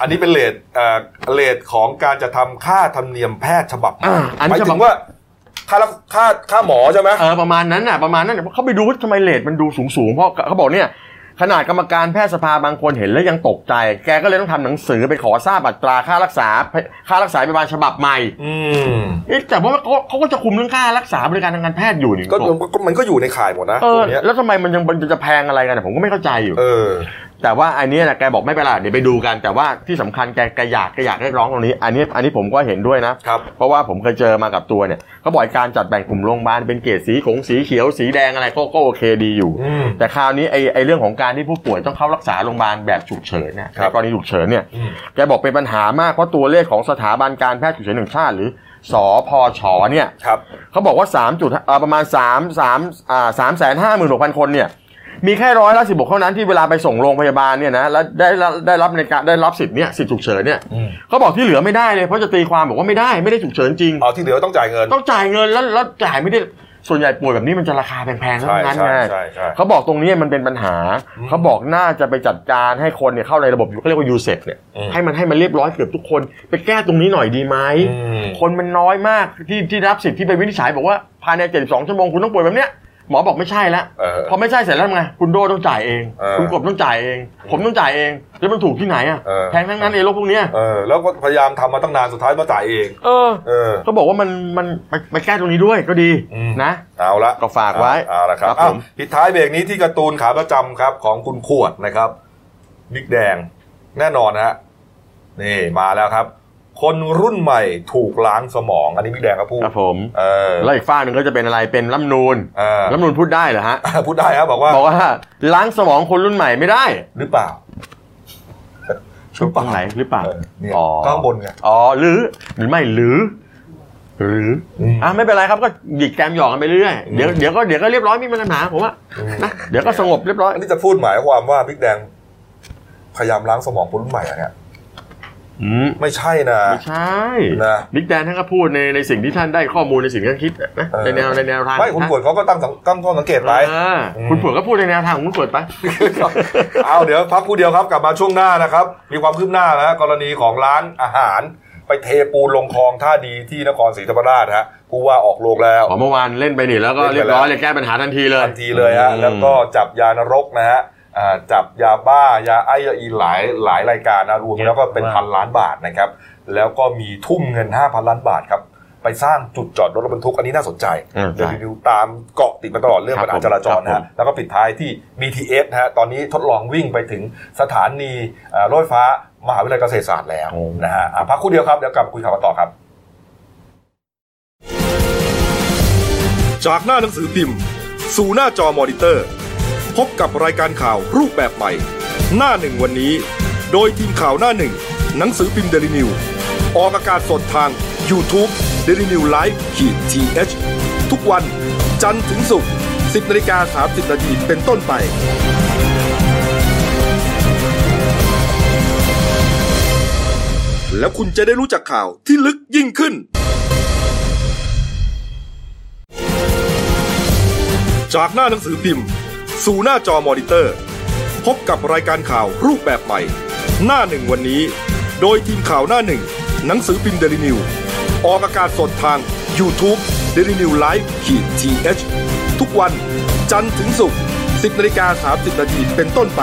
อันนี้เป็นเลทเอ่อเลทของการจะทำค่าธรรมเนียมแพทย์ฉบับ
อ่าอัน
หมาย
ฉบั
ถึ
บ
งว่าค่ารักค่าค่าหมอใช่ไหม
เออประมาณนั้นน่ะประมาณนั้นน่ะเขาไปดูว่าทำไมเลทมันดูสูงสูงๆเพราะเขาบอกเนี่ย ขนาดกรรมการแพทยสภาบางคนเห็นแล้วยังตกใจ แกก็เลยต้องทำหนังสือไปขอทราบอัตราค่ารักษา ค่ารักษาพยาบาลฉบับใหม่
อืม
เอ๊ะแต่ว่าเขาเขาก็จะคุมเรื่องค่ารักษาบริการทางการแพทย์อยู่นี่
ก็ก็มันก็อยู่ในข่ายหมดนะ
เอ
พ
อ
วกเนี้ย
แล้วทำไมมันยังมันจะแพงอะไรกันน่ะผมก็ไม่เข้าใจอยู่
เออ
แต่ว่าอันเนี้ยนะแกบอกไม่เป็นไรเดี๋ยวไปดูกัน แต่ว่าที่สำคัญแกแกอยากแกอยากเรียกร้องตรงนี้ อันนี้อันนี้ผมก็เห็นด้วยนะ
ครับ
เพราะว่าผมเคยเจอมากับตัวเนี่ยเขาบอกไอ้การจัดแบ่งกลุ่มโรงพยาบาลเป็นเกรดสีขงสีเขียวสีแดงอะไรก็ก็โอเคดีอยู่
อืม
แต่คราวนี้ไอ้ไอ้เรื่องของการที่ผู้ป่วยต้องเข้ารักษาโรงพยาบาลแบบฉุกเฉินเนี่ย
ครับ
ในกรณีฉุกเฉินเนี่ย
อืม
แกบอกเป็นปัญหามากเพราะตัวเลขของสถาบันการแพทย์ฉุกเฉินแห่งชาติ หรือสอพอชเนี่ย
ครับ
เขาบอกว่า3จุดเอ่อประมาณ3 3อ่า3 5 6 0 0 0 คนเนี่ยมีแค่ร้อยละสิบกเท่านั้นที่เวลาไปส่งโรงพยาบาลเนี่ยนะแล้วได้รับได้รับในการได้รับสิทธิ์เนี่ยสิทธิ์ฉุกเฉินเนี่ย
อืม
เขาบอกที่เหลือไม่ได้เลยเพราะจะตีความบอกว่าไม่ได้ไม่ได้ฉุกเฉินจริง
เอาที่เหลือต้องจ่ายเงิน
ต้องจ่ายเงินแล้วแล้วจ่ายไม่ได้ส่วนใหญ่ป่วยแบบนี้มันจะราคาแพงๆทั้
ใช่
งนั้น
ใช่
ไง
ใช่ใช่
เขาบอกตรงนี้มันเป็นปัญหา
อืม
เขาบอกน่าจะไปจัดการให้คนเนี่ยเข้าในระบบเขาเรียกว่ายูเซฟเนี่ย
อืม
ให้มันให้มันเรียบร้อยเกือบทุกคน ไปแก้ตรงนี้หน่อยดีไหม
อืม
คนมันน้อยมากที่ที่รับสิทธิ์ที่ไปวินิจฉัยบอกว่าภายใน 72 ชั่วโมงคุณต้องป่วยแบบเนี้ยหมอบอกไม่ใช่แล้ว
เออ
พอไม่ใช่เสร็จแล้วทำไงคุณโดต้องจ่ายเอง
เออ
คุณกบต้องจ่ายเอง ผมต้องจ่ายเองแล้วมันถูกที่ไหนอ่ะ
เออ
แพงทั้งนั้นเองโรคพวกเนี้ย
เออแล้วก็พยายามทำมาตั้งนานสุดท้ายมาจ่ายเอง
เออ
เออ
เขาบอกว่ามันมันไปไปแก้ตรงนี้ด้วยก็ดี
อืม
นะ
เอาละ
ก็ฝากไว้
เอาเอาละครับ
ครับผม
อ้าวปิดท้ายเบรกนี้ที่การ์ตูนขาประจำครับ ของคุณขวดนะครับบิ๊กแดงแน่นอนฮะนี่มาแล้วครับ คนรุ่นใหม่ถูกล้างสมอง อันนี้บิ๊กแดงครับพูด
ครับผม
เออ
แล้วอีกฝ้าหนึ่งก็จะเป็นอะไรเป็นรัฐธรรมนูน
เออ
รัฐธรรมนูนพูดได้เหรอฮะ
พูดได้ครับบอกว่า
บอกว่าล้างสมองคนรุ่นใหม่ไม่ได้
หรือเปล่าหรือเป
ตร
ล่าง
ไหนหรือเปล่า
เออเนี่ย
อ๋อ
ข้างบนไง
อ๋อหรือหรือไม่หรือ หรืออ
ม
อ่ะไม่เป็นไรครับก็หยิกแกมหยอกกันไปเรื่อย
อืม
เดี๋ยวเดี๋ยวก็เดี๋ยวก็เรียบร้อยไมมีปัญหาผมว่า
อืม
นะเดี๋ยวก็สงบเรียบร้อย
อันนี้จะพูดหมายความว่าบิ๊กแดงพยายามล้างสมองคนรุ่นใหม่เหรอเนี่ย
อืม
ไม่ใช่นะ
ไม่ใช่
นะ
บิ๊กแดนท่านก็พูดในในสิ่งที่ท่านได้ข้อมูลในสิ่งที่ท่านคิดนะในแนวในแนวทาง
ไม่คุณขวดเขาก็ตั้งสังตั้งข้อสังเกตไว้
เออคุณผวดก็พูดในแนวทางของคุณผวดไป
เอาเดี๋ยวพักครู่เดียวครับกลับมาช่วงหน้านะครับ มีความคืบหน้านะฮะกรณีของร้านอาหาร ไปเทปูนลงคลองท่าดีที่นครศรีธรรมราชฮะผู้ว่าออกโรงแล้ว
อ๋อเมื่อวานเล่นไปนี่แล้วก็
เล่
เรีย
น
บ
ไปแล้ว
ร้อยเลยแก้ปัญหาทันทีเลย
ทันทีเลยฮะ
อืม
แล้วก็จับยานรกนะฮะอ่าจับยาบ้ายาไอยาอีหลายหลายรายการนะรวมแล้วก็เป็น
เยอะ
พั
มาน ก
ล้านบาทนะครับแล้วก็มีทุ่มเงิน 5,000 ล้านบาทครับไปสร้างจุดจอดรถบรรทุกอันนี้น่าสนใจ
อืม
เดี๋ยว
ใช่
ดูตามเกาะติดมาตลอดเรื่อง
ครั
ปั
บ
ญหาจราจรนะ
ครั
ฮะ
บผม
แล้วก็ปิดท้ายที่ BTS นะฮะตอนนี้ทดลองวิ่งไปถึงสถานีเอ่อรถไฟฟ้ามหาวิทยาลัยเกษตรศาสตร์แล้ว
โอ้
นะฮะอ่ะพักครู่เดียวครับเดี๋ยวกลับมาคุยข่าวกันต่อครับ
จากหน้าหนังสือพิมพ์ สู่หน้าจอมอนิเตอร์ พบกับรายการข่าวรูปแบบใหม่ หน้าหนึ่งวันนี้ โดยทีมข่าวหน้าหนึ่ง หนังสือพิมพ์เดลิวิวออกอากาศสดทาง y o u t u เดลิวิวไลฟ์ขีดทีเทุกวันจันทร์ถึงศุกร์10นาฬิกา30นาทีเป็นต้นไป แล้วคุณจะได้รู้จักข่าวที่ลึกยิ่งขึ้น จากหน้าหนังสือพิมพ์ สู่หน้าจอมอนิเตอร์ พบกับรายการข่าวรูปแบบใหม่ หน้าหนึ่งวันนี้ โดยทีมข่าวหน้าหนึ่ง หนังสือพิมพ์เดลิวิวออกอากาศสดทาง y o u t u เดลิวิวไลฟ์ขีดทีเทุกวันจันทร์ถึงศุกร์10นาฬิกา30นาทีเป็นต้นไป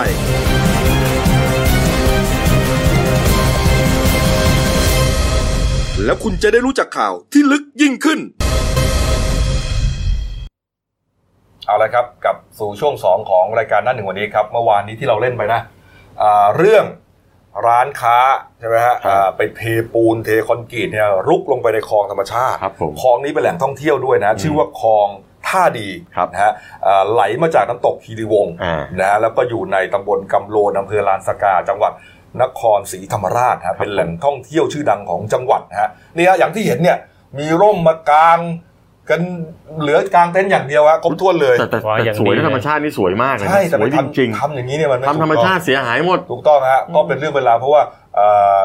แล้วคุณจะได้รู้จักข่าวที่ลึกยิ่งขึ้น
เอาละครับกลับสู่ช่วง 2 ของรายการหนั่นหนึ่งวันนี้ครับ เมื่อวานนี้ที่เราเล่นไปนะอ่าเรื่องร้านค้าใช่ไหมฮะอ่าไปเทปูนเทคอนกรีตเนี่ยรุกลงไปในคลองธรรมชาติ
ครับผม
คลองนี้เป็นแหล่งท่องเที่ยวด้วยนะ ชื่อว่าคลองท่าดี
ครับ
นะฮะอ่าไหลมาจากน้ำตกคีรีวงศ์
อ่า
นะฮะแล้วก็อยู่ในตำบลกำโลนอำเภอลานสกา จังหวัดนครศรีธรรมราชฮะเป็นแหล่งท่องเที่ยวชื่อดังของจังหวัดนะฮะนี่ฮะอย่างที่เห็นเนี่ยมีร่มมากางกันเหลือกางเต็นท์อย่างเดียวฮะครบถ้วนเลย
แต่แต่
ว่า
แต่
อย่าง
สวย
ดีเล
นะ
ย
ธรรมชาตินี่สวยมากเลยนะ
ใช่แต่
สวย
ไป
จ
ทำ
ริง
ทำอย่างนี้เนี่ยมัน
ๆ
ไม่
ทำธรรมชาติเสียหายหมด
ถูกต้องถูกต้องฮะก็เป็นเรื่องเวลาเพราะว่าเอ่อ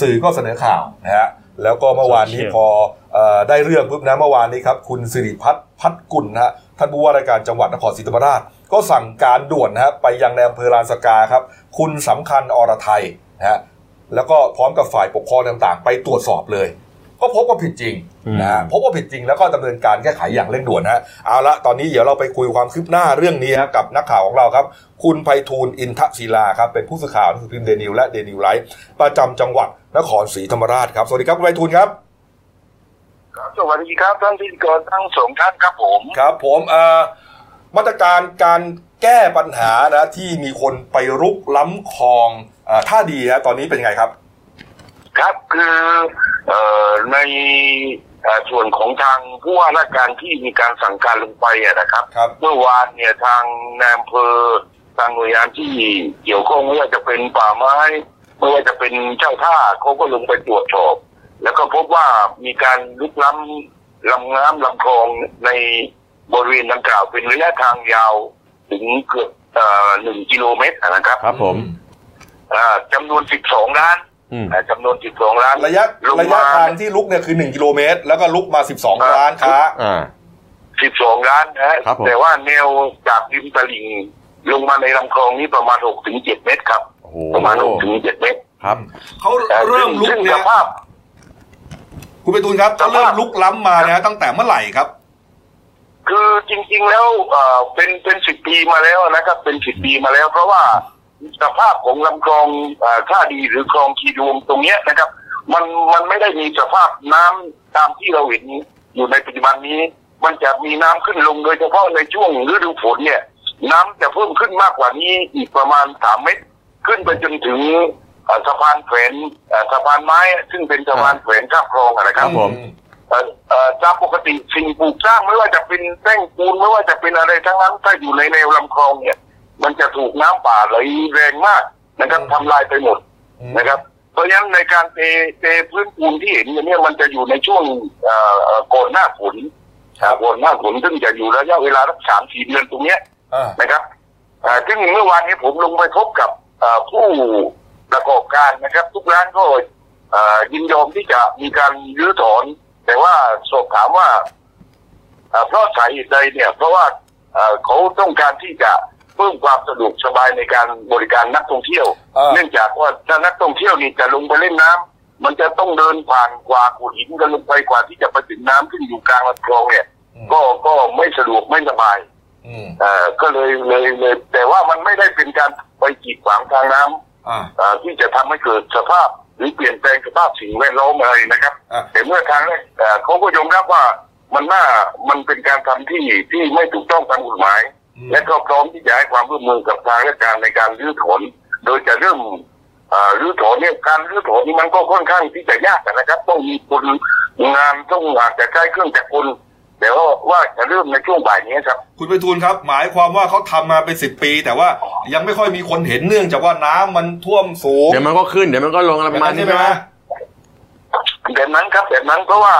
สื่อก็เสนอข่าวนะฮะแล้วก็เมื่อวานนี้
โซเชียล
พอเอ่อได้เรื่องปุ๊บนะเมื่อวานนี้ครับคุณสิริพัฒน์พัฒกุลนะฮะท่านผู้ว่าราชการจังหวัดนครศรีธรรมราช ก็สั่งการด่วนนะฮะไปยังในอำเภอลานสกาครับ คุณสำคัญอรไทยนะฮะแล้วก็พร้อมกับฝ่ายปกครองต่างๆ ไปตรวจสอบเลย ก็พบว่าผิดจริงนะฮะพบว่าผิดจริงแล้วก็ดำเนินการแก้ไขอย่างเร่งด่วนฮะเอาละตอนนี้เดี๋ยวเราไปคุยความคืบหน้าเรื่องนี้ฮะกับนักข่าวของเราครับ คุณไพฑูรย์อินทศิลาครับเป็นผู้สื่อข่าวหนังสือพิมพ์เดนิวและเดนิวไลท์ประจำจังหวัดนครศรีธรรมราชครับสวัสดีครับคุณไพฑูรย์ครับ
ครับสวัสดีครับท่านพิธีกรทั้งสองท่านครับผม
ครับ ผมเอ่อมาตรการการ แก้ปัญหานะที่มีคนไปรุกล้ำคลองอาท่าดีฮะตอนนี้เป็นไงครับ
ครับคือเอ่อในเอ่อส่วนของทางผู้ว่าราชการที่มีการสั่งการลงไปอะนะครับ
ครับ
เมื่อวานเนี่ยทางนายอำเภอทางหน่วยงานที่เกี่ยวข้องไม่ว่าจะเป็นป่าไม้ไม่ว่าจะเป็นเจ้าท่าเขาก็ลงไปตรวจสอบ แล้วก็พบว่ามีการลุกล้ำลำน้ำลำคลองในบริเวณดังกล่าวเป็นระยะทางยาวถึงเกือบเอ่อหนึ่งกิโลเมตรอะนะครับ
ครับผม
อ่าจำนวนสิบสองล้าน
อืม
อ่าจำนวนสิบสองล้าน
ระยะ
ลงมา
ระยะทางที่ลุกเนี่ยคือ 1 กิโลเมตร แล้วก็ลุกมา 12 ร้านค้า
อ่า
สิบสองล้านนะฮะ
ครับผม
แต่ว่าแนวจากริมตลิ่งลงมาในลำคลองนี้ประมาณหกถึงเจ็ดเมตรครับ
โอ้โห
ประมาณหกถึงเจ็ดเมตร
ครับ
เขา
อ่อ
เริ่มลุก
ซึ่ง
เนี่
ส
ย
ภาพ
คุณไปตูนครับเขาเริ่มลุกล้ำมาเนี่ยตั้งแต่เมื่อไหร่ครับ
คือจริงๆแล้วเอ่อเป็นเป็นสิบปีมาแล้วนะครับ เป็นสิบปีมาแล้ว เพราะว่าสภาพของลำคลองเอ่อท่าดีหรือคลองคีดวงตรงเนี้ยนะครับ มันมันไม่ได้มีสภาพน้ำตามที่เราเห็นอยู่ในปัจจุบันนี้ มันจะมีน้ำขึ้นลงโดยเฉพาะในช่วงฤดูฝนเนี่ย น้ำจะเพิ่มขึ้นมากกว่านี้อีกประมาณสามเมตร ขึ้นไปจนถึงเอ่อสะพานแขวนเอ่อสะพานไม้ ซึ่งเป็นสะพานแขวนข้ามคลองอะนะค
ค
รั
รับ บผม
เอ่อเอ่อตามปกติสิ่งปลูกสร้างไม่ว่าจะเป็นแป้งปูนไม่ว่าจะเป็นอะไรทั้งนั้นถ้าอยู่ในแนวลำคลองเนี่ย มันจะถูกน้ำป่าไหลแรงมากนะครับทำลายไปหมด
อืม
นะครับ เพราะฉะนั้นในการเทเทพื้นปูนที่เห็นอยู่เนี่ยมันจะอยู่ในช่วงเอ่อเอ่อก่อนหน้าฝนก่อนหน้าฝนซึ่งจะอยู่ระยะเวลาสักสามสี่เดือนตรงเนี้ย
อ่า
นะครับอ่าซึ่งเมื่อวานนี้ผมลงไปพบกับอ่าผู้ประกอบการนะครับ ทุกร้านก็อ่ายินยอมที่จะมีการรื้อถอน แต่ว่าสอบถามว่าอ่าเพราะสาเหตุใดเนี่ย เพราะว่าอ่าเขาต้องการที่จะเพิ่มความสะดวกสบายในการบริการนักท่องเที่ยว
อ่า
เนื่องจากว่าถ้านักท่องเที่ยวนี่จะลงไปเล่นน้ำมันจะต้องเดินผ่านกว่าโขดหินกันลงไปกว่าที่จะไปถึงน้ำซึ่งอยู่กลางลำคลองเนี่ย ก็ก็ไม่สะดวกไม่สบาย
อืม
เอ่อก็เลยเลยเลยแต่ว่ามันไม่ได้เป็นการไปกีดขวางทางน้ำ
อ่า
เอ่อที่จะทำให้เกิดสภาพ หรือเปลี่ยนแปลงสภาพสิ่งแวดล้อมอะไรนะครับ
อ่ะ
แต่เมื่อทางแรกเอ่อเขาก็ยอมรับว่ามันน่ามันเป็นการทำที่ที่ไม่ถูกต้องตามกฎหมาย และก็พร้อมที่จะให้ความร่วมมือกับทางราชการในการรื้อถอนโดยจะเริ่มเอ่อรื้อถอนเนี่ยการรื้อถอนนี่มันก็ค่อนข้างที่จะยากนะครับ ต้องมีคนงานต้องอาจจะใช้เครื่องจักรกลแต่ว่าว่าจะเริ่มในช่วงบ่ายนี้ครับ
คุณไปทูลครับ หมายความว่าเขาทำมาเป็นสิปี แต่ว่ายังไม่ค่อยมีคนเห็นเนื่องจากว่าน้ำมันท่วมสูง
เดี๋ยวมันก็ขึ้นเดี๋ยวมันก็ลงอะไรประมาณนี้
ใช่
ใช่
ไห
ไห
ม
ม
แบบนั้นครับแบบนั้นเพราะว่า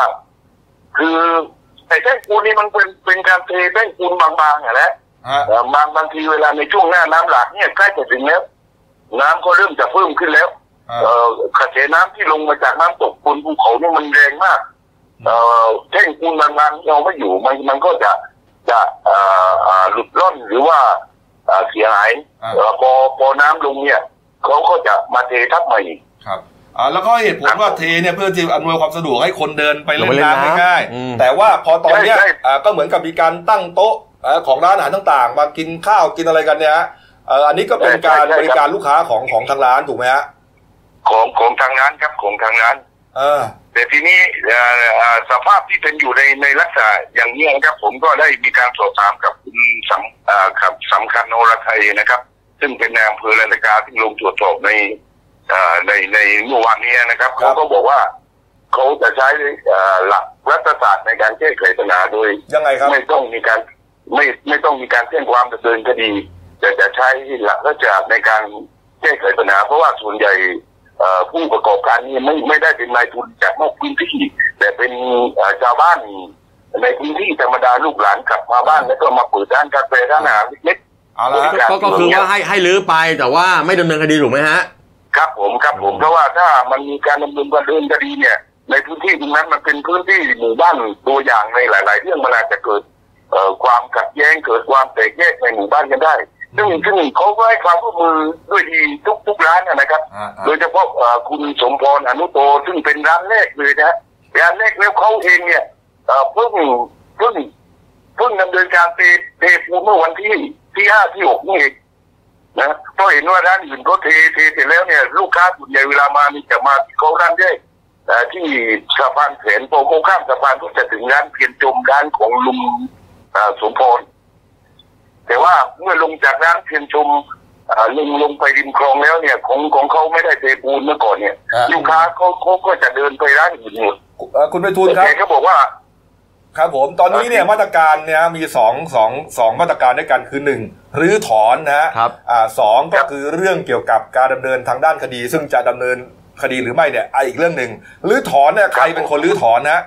คือไอ้แป้งปูนนี่มันเป็นเป็นการเทแป้งปูนบางๆอ่ะแหละ
ฮะ
เอ่อบางบางทีเวลาในช่วงหน้าน้ำหลากเนี่ยใกล้จะถึงแล้วน้ำก็เริ่มจะเพิ่มขึ้นแล้ว
อ่า
เอ่อกระแสน้ำที่ลงมาจากน้ำตกบนภูเขาเนี่ยมันแรงมาก เอ่อแท่งปูนนานๆเอาไม่อยู่มันมันก็จะจะเอ่อเอ่อหลุดร่อนหรือว่าเอ่อเสียหาย
อ่า
เอ่อพอพอน้ำลงเนี่ยเขาก็จะมาเททับใหม่อีก
ครับอ่าแล้วก็เหตุผลว่าเทเนี่ยเพื่อที่อำนวยความสะดวกให้คนเดินไปเล่นน้ำได้ง่ายๆแต่ว่าพอตอนเนี้ย
ใช่ใช่
อ่าก็เหมือนกับมีการตั้งโต๊ะอ่าของร้านอาหารต่างๆ มากินข้าวกินอะไรกันเนี่ยฮะเอ่ออันนี้ก็เป็นการบริการลูกค้าของของทางร้านถูกไหมฮะ
ของของทางร้านครับของทางร้าน
เออ
แต่ทีนี้เอ่อเอ่อสภาพที่เป็นอยู่ในในลักษณะอย่างนี้นะครับ ผมก็ได้มีการสอบถามกับคุณสำเอ่อครับสำคัญโนรัไทยนะครับ ซึ่งเป็นนายอำเภอลานากาที่ลงตรวจสอบในเอ่อในในเมื่อวานนี้นะครับ
ครั
เขา
บ
ก็บอกว่าเขาจะใช้เอ่อหลักรัฐศาสตร์ในการแก้ไขปัญหาโดย
ยังไงครับ
ไม่ต้องมีการไม่ไม่ต้องมีการแจ้งความดำเนินคดีแต่จะใช้หลักราชการในการแก้ไขปัญหา เพราะว่าส่วนใหญ่เอ่อผู้ประกอบการนี่ไม่ไม่ได้เป็นนายทุนจากนอกพื้นที่ แต่เป็นเอ่อชาวบ้านในพื้นที่ธรรมดาลูกหลานกลับมาบ้านแล้วก็มาเปิดร้านกาแฟร้านอาหารเล็ก
เอา
ๆ
ละฮะ
บริาร
ก็ก็คือว่าให้ให้รื้อไปแต่ว่าไม่ดำเนินคดีถูกไหมฮะ
ครับผมครับผมเพราะว่าถ้ามันมีการดำเนินการเดินคดีเนี่ย ในพื้นที่ตรงนั้นมันเป็นพื้นที่หมู่บ้านตัวอย่างในหลาย ๆ เรื่องมันอาจจะเกิดเอ่อความขัดแย้งเกิดความแตกแยกในหมู่บ้านกันได้ ซึ่งซึ่งเขาก็ให้ความร่วมมือด้วยดีทุกทุกร้านนะนะครับ
อ่าๆ
โดยเฉพาะเอ่อคุณสมพรอนุโตซึ่งเป็นร้านแรกเลยนะฮะร้านแรกแล้วเขาเองเนี่ยเอ่อเพิ่งเพิ่งเพิ่งดำเนินการเตะเตะปูนเมื่อวันที่ที่ห้าที่หกนี่เอง นะเพราะเห็นว่าร้านอื่นก็เทเทเสร็จแล้วเนี่ย ลูกค้าส่วนใหญ่เวลามานี่จะมาที่เขาร้านด้วยเอ่อที่สะพานแขวนโปโกข้ามสะพานก็จะถึงร้านเพียนจมร้านของลุงเอ่อสมพร แต่ว่าเมื่อลงจากน้ำเทียนชมเอ่อลงลงไปริมคลองแล้วเนี่ยของของเขาไม่ได้เทปูนเมื่อก่อนเนี่ย
อ่า
ลูกค้าเขาเขาก็จะเดินไปร้านอื่นหมด
เอ่อคุณไปทูล
แต่
ครับ
แกก็บอกว่า
ครับผมตอนนี้เนี่ยมาตรการเนี่ยมีสองสองสองมาตรการด้วยกันคือหนึ่งรื้อถอนนะฮะ
ครับ
อ่าสอง
ค
ก็
รับ
คือเรื่องเกี่ยวกับการดำเนินทางด้านคดี ซึ่งจะดำเนินคดีหรือไม่เนี่ยอ่ะอีกเรื่องหนึ่งรื้อถอนเนี่ยใครเป็นคนรื้อถอนนะ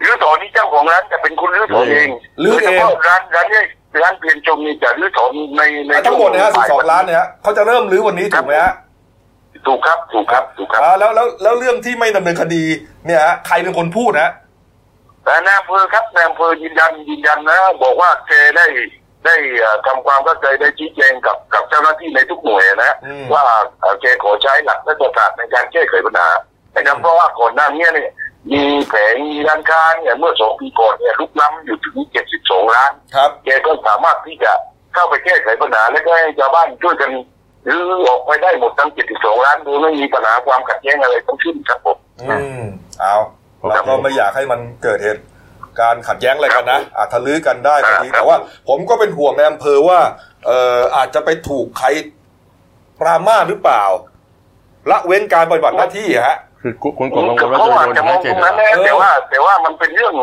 หรือถอนนี่เจ้าของร้านจะเป็นคนรื้อถอนเอง
รื้อเอง
โดยฉพาะร้านร้านเนี่ยร้านเทียนชมนี่จะรื้อถอนในใน
อ่ะทั้งหมดนะฮะสิบสองล้าน
เนี่ย
เนี่ยฮะเขาจะเริ่มรื้อวันนี้
ค
ถู
รั
ก
บ
ไหมฮะ
ถูกครับถูกครับถูกครับ
อ่าแล้วแล้วแล้วเรื่องที่ไม่ดำเนินคดีเนี่ยฮะใครเป็นคนพูดนะ
แต่นายอำเภอครับนายอำเภอยืนยันยืนยันนะ บอกว่าแกได้ได้เอ่อทำความเข้าใจได้ชี้แจงกับกับเจ้าหน้าที่ในทุกหน่วยนะ
อืม
ว่าเอ่อแกขอใช้หลักรัฐศาสตร์ในการแก้ไขปัญหานะครับเพราะว่าก่อนหน้านี้เนี่ยมีแผงมีร้านค้าเนี่ยเมื่อสองปีก่อนเนี่ยลุกล้ำอยู่ถึงเจ็ดสิบสองล้าน
ครับ
แกก็สามารถที่จะเข้าไปแก้ไขปัญหาและก็ให้ชาวบ้านช่วยกันรื้อออกไปได้หมดทั้ง 72 ล้านโดูไม่มีปัญหาความขัดแย้งอะไรทั้งสิ้นครับผม
อืมเอาเราก็ไม่อยากให้มันเกิดเหตุการณ์ขัดแย้งอะไรกันนะอาจทะลื้อกันได้ก็ดี
ครับ
แต่ว่า ผมก็เป็นห่วงในอำเภอว่าเอ่ออาจจะไปถูกใครปรามาสหรือเปล่า ละเว้นการปฏิบัติหน้าที่ฮะ
คือคนกลุ่มกังวลว่า
เขา
จะ
อาจ
โดน
จะม
ห้า
อง
เจ็
ต
ด
รงนั้นแหละแต่ว่าแต่ว่ามันเป็นเรื่อง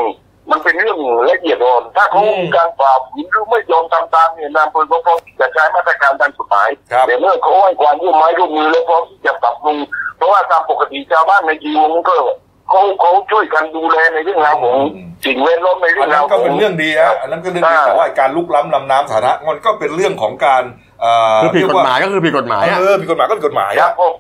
มันเป็นเรื่องละเอียดอ่อนถ้าเขา
อืม
การฝ่าฝืนหรือไม่ยอมตามตามเนี่ยนายอำเภอก็พร้อมที่จะใช้มาตรการทางกฎหมาย
ครับ
แต่เมื่อเขาให้ความร่วมไม้ร่วมมือและพร้อมที่จะปรับปรุงเพราะว่าตามปกติชาวบ้านในจีนก็เขาเขาช่วยกันดูแลในเรื่องราวของสิ่งแวดล้อมในเรื่
อั
อน ง
นั้
ราวน ข
ก็
อง
เป็นเรื่องดีฮะอันนั้นก็เรื่องดีแต่ว่าการลุกล้ำลำน้ำสาธารณะมันก็เป็นเรื่องของการเอ่อ
คือผิดกฎหมาย
เ
ก็คือผิดกฎหมาย
รียกว่า
อะ
เออผิดกฎหมายก็ผิดกฎหมาย
ครับ
อะ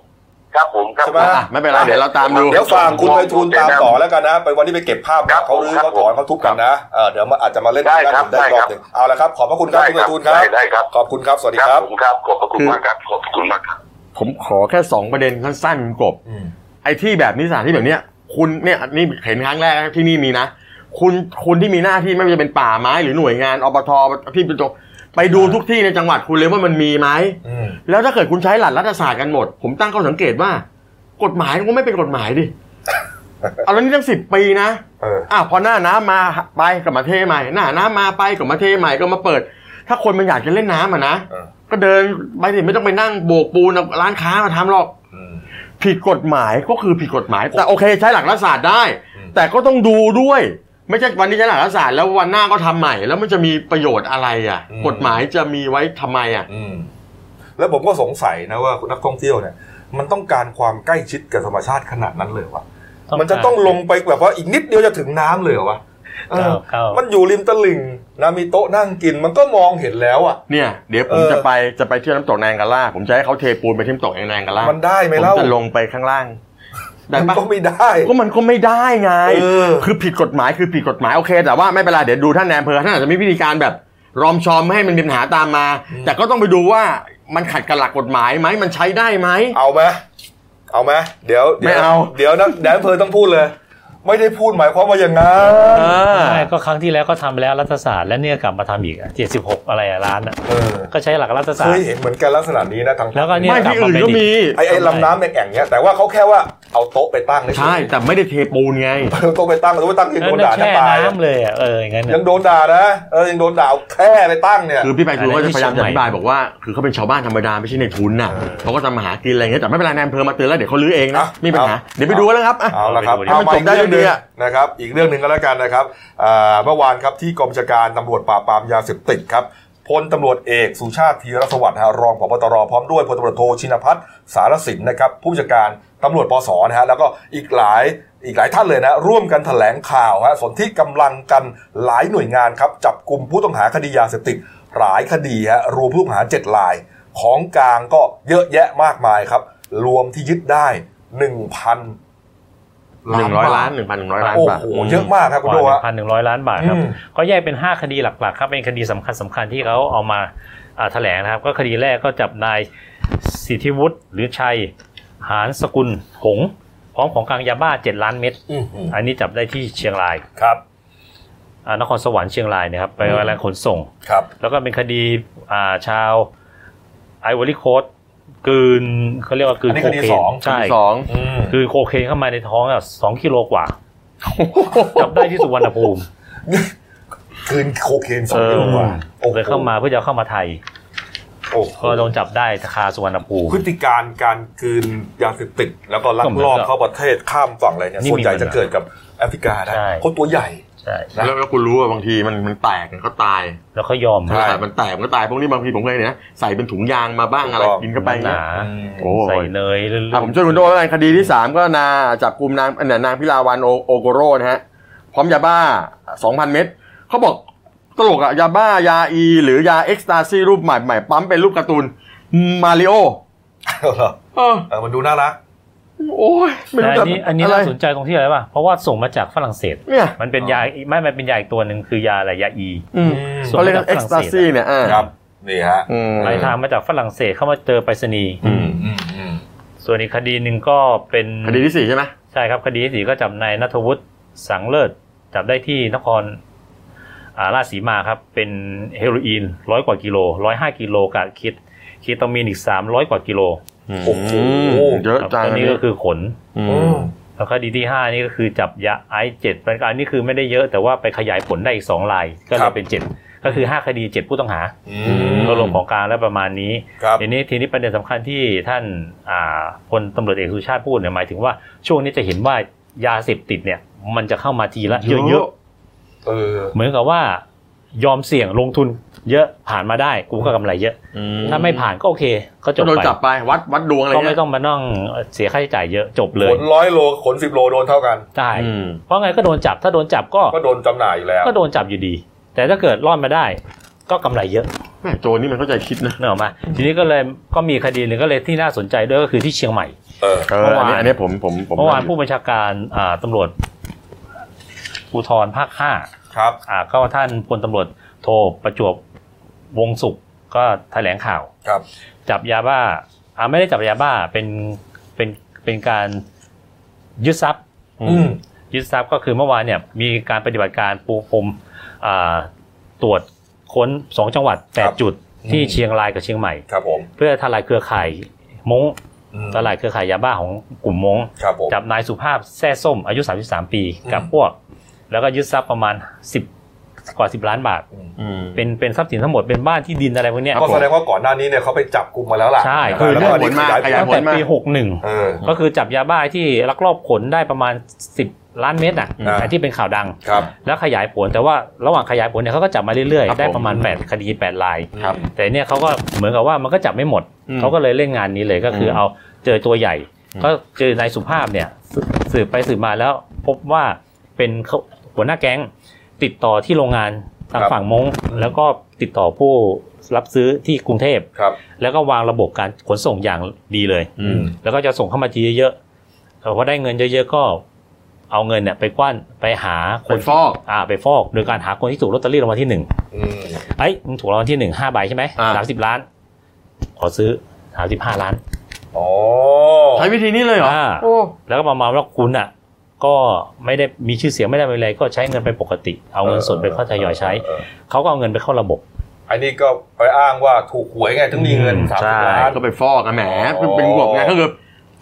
ผมครับผมครับ
ใช่ไห
ผ
ม
ม
อ่ะไม่เป็นไรเดี๋ยวเราตามดู
เดี๋ยวฟังคุณไปทูลตามต่อแล้วกันนะ ไปวันนี้ไปเก็บภาพ
ครับ
เขารื้อ
ครับ
เขาถอนเขาทุบกันนะเออเดี๋ยวมาอาจจะมาเล่น
ได้
กัน
ครับ
ได้อีกรอบหนึ่งเอาละครับ ขอบพระคุณครับ
ได้
คุณไปทูลค
ครับ
รับ
ได้ได้ครับ
ขอบคุณครับ สวัสดี
ค
ค
รั
รั
บบ ผมครับขอบพระคุณมากครับขอบคุณมากครับ
ผมขอแค่สองประเด็นสั้นๆคุณกบ
อืม
ไอ้ที่แบบนี้สถานที่แบบเนี้ยคุณเนี่ยอันนี่เห็นครั้งแรกนะที่นี่มีนะ คุณคุณที่มีหน้าที่ไม่ว่าจะเป็นป่าไม้หรือหน่วยงานอบทที่เป็นจบไปดูทุกที่ในจังหวัดคุณเลยว่ามันมีไหม
อืม
แล้วถ้าเกิดคุณใช้หลักรัฐศาสตร์กันหมด ผมตั้งข้อสังเกตว่ากฎหมายมันก็ไม่เป็นกฎหมายดิ (laughs) เอาแล้วนี่ตั้งสิบปีนะ
เออ
อ่ะพอหน้าน้ำมาไปกลับมาเทใหม่หน้าน้ำมาไปกลับมาเทใหม่ก็มาเปิด ถ้าคนมันอยากจะเล่นน้ำอ่ะนะ
เออ
ก็เดินไปสิไม่ต้องไปนั่งโบกปูนเอาร้านค้ามาทำหรอก
อืม
ผิดกฎหมายก็คือผิดกฎหมาย แต่โอเคใช้หลักรัฐศาสตร์ได้
อืม
แต่ก็ต้องดูด้วย ไม่ใช่วันนี้ใช้หลักรัฐศาสตร์แล้ววันหน้าก็ทำใหม่ แล้วมันจะมีประโยชน์อะไรอ่ะ กฎหมายจะมีไว้ทำไมอ่ะ
อืม แล้วผมก็สงสัยนะว่านักท่องเที่ยวเนี่ย มันต้องการความใกล้ชิดกับธรรมชาติขนาดนั้นเลยวะมันจะต้องลงไปแบบว่าอีกนิดเดียวจะถึงน้ำเลยเหรอวะเออ
ครับครับ
มันอยู่ริมตลิ่งนะมีโต๊ะนั่งกิน มันก็มองเห็นแล้วอ่ะ
เนี่ย เดี๋ยวผม
เออ
จะไปจะไปเที่ยวน้ำตกแนงกาล่าผมจะให้เขาเทปูนไปที่น้ำตกแนงกาล่า
มันได้ไหม
ผม
เล่า
จะลงไปข้างล่างได้
มัน
ปะ
ก็ไม่ได้
ก็มันก็ไม่ได้ไง
เออ
คือผิดกฎหมายคือผิดกฎหมายโอเค แต่ว่าไม่เป็นไรเดี๋ยวดูท่านแนมเพอท่านอาจจะมีวิธีการแบบ รอมชอมไม่ให้มันมีปัญหาตามมา แต่ก็ต้องไปดูว่ามันขัดกับหลักกฎหมายไหมมันใช้ได้ไหม
เอาไหมเอาไหมเดี๋ยวดี๋ยว
ไม่เอา
เดี๋ยวนะแดนอำเพอต้องพูดเลย ไม่ได้พูดหมายความว่าอย่างนั้น
ใช่ก็ครั้งที่แล้วก็ทำแล้วรัฐศาสตร์และเนี่ยกลับมาทำอีกเจ็ดสิบหกอะไรอะร้านอะ
เออ
ก็ใช้หลักรัฐศา
เค
ส
ย
ตร์
เห็นเหมือนกันลักษณะนี้นะทาง
แล้วก็เนี่ย
ไม่ที่อื่นก็มี
ไอ้ไอ้ลำน้ำแม่งแอ่งเนี้ยแต่ว่าเขาแค่ว่าเอาโต๊ะไปตั้งเฉยๆ
ใช่แต่ไม่ได้เทปูนไง
เอาโต๊ะไปตั้งโต๊ะไปตั้งยัง
เอ
โด
อน นั่
ด่านจะ
แช่
ตาย
น้ำเลยอะเอออย่างนั้น
ยั
อะ
งโดนด่านะเออยังโดนด่าเอาแค่ไปตั้งเนี่ย
คือพี่ไปคือก็จะพยายาม
อัน
จะ
นั้
อน
ที่
ธิบายบอกว่า คือเขาเป็นชาวบ้านธรรมดาไม่ใช่ในทุนน่ะเขาก็ทำมาหากินอะไรเงี้ยแต่ไม่เป็นไรนายอำเภอมาเตือนแล้วเดี๋ยวเขาลื้อเองนะ
อ่ะ
ไม่มีปัญหา
เอา
เดี๋ยวไปดูแล้วครับอ่ะ
เอาละครับ
เอาไป
เอา
ดู
มา
ให้มั
อีก
นจบได้
เรื่องหนึง
ด้วยดีอะ
นะครับอีกเรื่องหนึ่งก็แล้วกันนะครับอ่าเมื่อวานครับที่กรมจาการตำรวจปราบปรามยาเสพติดครับพลตำรวจเอกสุชาติธีรสวัสดิ์ฮะรองผบตรพร้อมด้วยพลตำรวจโทชินพัฒน์สารสินนะครับผู้จัดการตำรวจปสนะฮะแล้วก็อีกหลายอีกหลายท่านเลยนะร่วมกันแถลงข่าวฮะสนที่กำลังกันหลายหน่วยงานครับจับกลุ่มผู้ต้องหาคดียาเสพติดหลายคดีฮะรวมผู้ต้องหาเจ็ดราย ของกลางก็เยอะแยะมากมายครับ รวมที่ยึดได้ 1,000
ห
ล้า
นึ่
น
งร้อย
บา
ล้าน
ท
หนึ่งพันหนึ่งร้อยล้าน
โอ้
บาท
โหเยอะมากครับ
ก
คุณ
ว่า
โด
หนึ่
ฮะ
งพันหนึ่งร้อยล้านบาทครับ
อืม
ก็แยกเป็น 5 คดีหลักๆครับเป็นคดีสำคัญสคัญๆที่เขาเอามาอ่าแถลงนะครับ ก็คดีแรกก็จับนายสิทธิวุฒิหรือชัย หานสกุลหงส์พร้อมของกลางยาบ้า 7 ล้านเม็ด
อื้อหือ
อันนี้จับได้ที่เชียงราย
ครับ
อ่านครสวรรค์เชียงรายเนะครับไปไว้แรงขนส่ง
ครับ
แล้วก็เป็นคดีอ่าชาวไอวอรี่โคสต์กลืนเขาเรียกว่ากลืน
อันนี้คดี
โคเคน
สอง
ใช่
สอง
อืม
กลืนโคเคนเข้ามาในท้องอ่ะสองกิโลกว่าจับได้ที่สุวรรณภูมิ
คืนโคเคนสองกิโลกว่าโอ้โห
เลยเข้ามาเพื่อจะเข้ามาไทย
โอ้โห
ก็โดนจับได้คาสุวรรณภูมิ
พฤติการการคืนยาเสพติดแล้วก็ลักลอบเข้าประเทศข้ามฝั่งอะไรเนี่ย
นี่
ส่วนใหญ่
มีปัญหา
จะเกิดกับแอฟริกานะ
ใช่
คนตัวใหญ่
ใช่
นะ
แล้วแล้วคุณรู้ว่าบางทีมันมันแตกก็ตาย
แล้วเขายอม
ใช่
ใส่มันแตกมันก็ตายพวกนี้บางทีผมเคยเห็นนะใส่เป็นถุงยางมาบ้างอะไรกินเข้าไป
ห
เงี้ย
นา
โอ้
ใส่
ย
เนยเรื่อยๆ
อ่ะผมช่วยคุณโดแล้วกันคดีที่ 3 ก็นาจับกลุ่มนางเนี่ยนางพิลาวันโอโอโกโรนะฮะ พร้อมยาบ้า 2,000 เม็ดเขาบอกตลกอะยาบ้ายาอี หรือยาเอ็กซ์ตาซีรูปใหม่ใหม่ปั๊มเป็นรูปการ์ตูน มาริโอ
เอาเหรอ
เออ
เออมันดูน่ารัก
โอ้ยไม่
แต่อัน
รู้จะ
นี้อันนี้
อะไร
น่าสนใจตรงที่อะไรป่ะ เพราะว่าส่งมาจากฝรั่งเศส
เนี่ย
มันเป็นยาไม่ มันเป็นยาอีกตัวหนึ่งคือยาอะไรยาอี
อืม
ส่วน
เขาเรียก
มาจาก
เอ็กซ์ตา
ฝรั่งเศ
ซี
สอะ
เนี่ยอ่า
ครับ นี่ฮะ
อืม
ปลายทางมาจากฝรั่งเศสเข้ามาเจอไปรษณีย์
อืม
อืมอืม
ส่วนอีกคดีหนึ่งก็เป็น
คดีที่ 4 ใช่ไหม
ใช่ครับคดีที่สี่ก็จับนายนัทวุฒิสังเลิศ จับได้ที่นครอ่าราชสีมาครับ เป็นเฮโรอีนร้อยกว่ากิโลร้อยห้ากิโลกับคิดคีตามีนอีกสามร้อยกว่ากิโล
โอ้โห
อืมเยอะ
ครับ
จัง
อันนี้ก็คือขน
ม
อืม
แล้วคดีที่ 5 นี่ก็คือจับยาไอซ์เจ็ดเป็นการนี่คือไม่ได้เยอะแต่ว่าไปขยายผลได้อีกสองลาย ก็เล
ครั
ย
บ
เป็น 7 ก็คือ 5 คดี 7 ผู้ต้องหา
อื
ม
ม
ก็รวมของกลางแล้วประมาณนี้
ครับ
ทีนี้ทีนี้ประเด็นสำคัญที่ท่านอ่าพลตำรวจเอกสุชาติพูดเนี่ยหมายถึงว่าช่วงนี้จะเห็นว่ายาเสพติดเนี่ยมันจะเข้ามาทีละเยอะ
เออ
ๆเหมือนกับว่ายอมเสี่ยงลงทุนเยอะผ่านมาได้กูก็กำไรเยอะ ถ้าไม่ผ่านก็โอเคก็จ
ก็
บ
โดน
ไป
จับไปวัดวัดดวงอะไร
ก็
เงี้
ไม่
ย
ต้องมานั่งเสียค่าใช้จ่ายเยอะจบเล
ข
ย
นร้อยโลขนสิบโลโดนเท่ากัน
ได้
อืม
เพราะไงก็โดนจับถ้าโดนจับก็
ก็โดนจำหน่ายอยู่แล้ว
ก็โดนจับอยู่ดี แต่ถ้าเกิดรอดมาได้ ก็กำไรเยอะ
แม่โจรนี่มันเข้าใจคิดนะ
เนกอะมาทีนี้ก็เลยก็มีคดีหนึ่งก็เลยที่น่าสนใจด้วยก็คือที่เชียงใหม่
เออ
เอออันนี้อันนี้ผมผมผม
เมื่อวานผู้บัญชาการอ่าตำรวจภูธรภาคห้า
ครับ
อ่าก็ท่านพลตำรวจโทประจวบวงสุขก็แถลงข่าว
ครับ
จับยาบ้าอ่าไม่ได้จับยาบ้าเป็นเป็นเป็นการยึดทรัพย์
อืม
ยึดทรัพย์ก็คือเมื่อวานเนี่ยมีการปฏิบัติการปูพรมอ่าตรวจค้น 2 จังหวัด
ครับ
8 จุดที่
อืม
เชียงรายกับเชียงใหม่
ครับผม
เพื่อทลายเครือข่ายม้ง
อืม
ทลายเครือข่ายยาบ้าของกลุ่มม้ง
ครับผม
จับนายสุภาพแซ่ส้มอายุ 33 ปี
อืม
กับพวก แล้วก็ยึดทรัพย์ประมาณ 10 กว่า 10 ล้านบาท
อืม
เป็นเป็นทรัพย์สินทั้งหมดเป็นบ้านที่ดินอะไรพวกเนี้ย
ก็แสดงว่าก่อนหน้านี้เนี่ยเขาไปจับกลุ่มมาแล้วล่ะ
ใช่
คือแล้วก็อันนี้
คือ
ขยายผล
ขยาย
ตั้ง
ผ
แต่ปี
เออ
61 ก็คือจับยาบ้าที่ลักลอบขนได้ประมาณ 10 ล้านเม็ดอ่ะ
อืม
ไอ้ที่เป็นข่าวดัง
ครับ
แล้วขยายผลแต่ว่าระหว่างขยายผลเนี่ยเขาก็จับมาเรื่อย
ครั
ๆ
บ
ได้ประมาณ
ผม
8 คดี 8 ลาย
ครับ
แต่เนี่ยเขาก็เหมือนกับว่ามันก็จับไม่หมด
อืม
เขาก็เลยเล่นงานนี้เลยก็คืออ
ม
เอาเจอตัวใหญ่
อืม
ก็เจอนายสุภาพเนี่ยสืบสืบไปสืบมาแล้วพบว่าเป็นเขาหัวหน้าแก๊งติดต่อที่โรงงานทาง
ครับ
ฝั่งมงแล้วก็ติดต่อผู้รับซื้อที่กรุงเทพ
ครับ
แล้วก็วางระบบการขนส่งอย่างดีเลย
อืม
แล้วก็จะส่งเข้ามาทีเยอะๆแต่พอได้เงินเยอะๆก็เอาเงินเนี่ยไปกว้านไปหาค
คน นฟอก
อ่าไปฟอกโดยการหาคนที่ถูกลอตเตอรี่รางวัลที่หนึ่ง
อืม
เอ้ยมึงถูกรางวัลที่หนึ่งห้าใบใช่ไหม
อ่า
สามสิบล้าน ขอซื้อสามสิบห้าล้าน
อ๋อ
ใช้วิธีนี้เลยเหรอ
อ่า
โอ้
แล้วก็ประมาณว่าคุณอ่ะ ก็ไม่ได้มีชื่อเสียงไม่ได้อะไรก็ใช้เงินไปปกติ เอาเงินสดไปเข้าทยอยใช้
เออเออ
เขาก็เอาเงินไปเข้าระบบ
อันนี้ก็ไปอ้างว่าถูกหวยไงถึงมีเงิน
อืม
สาม
ใช่
สิบล้าน
ก็ไปฟอกอะแหม
อ๋อ
เป็นกบไงก็คือ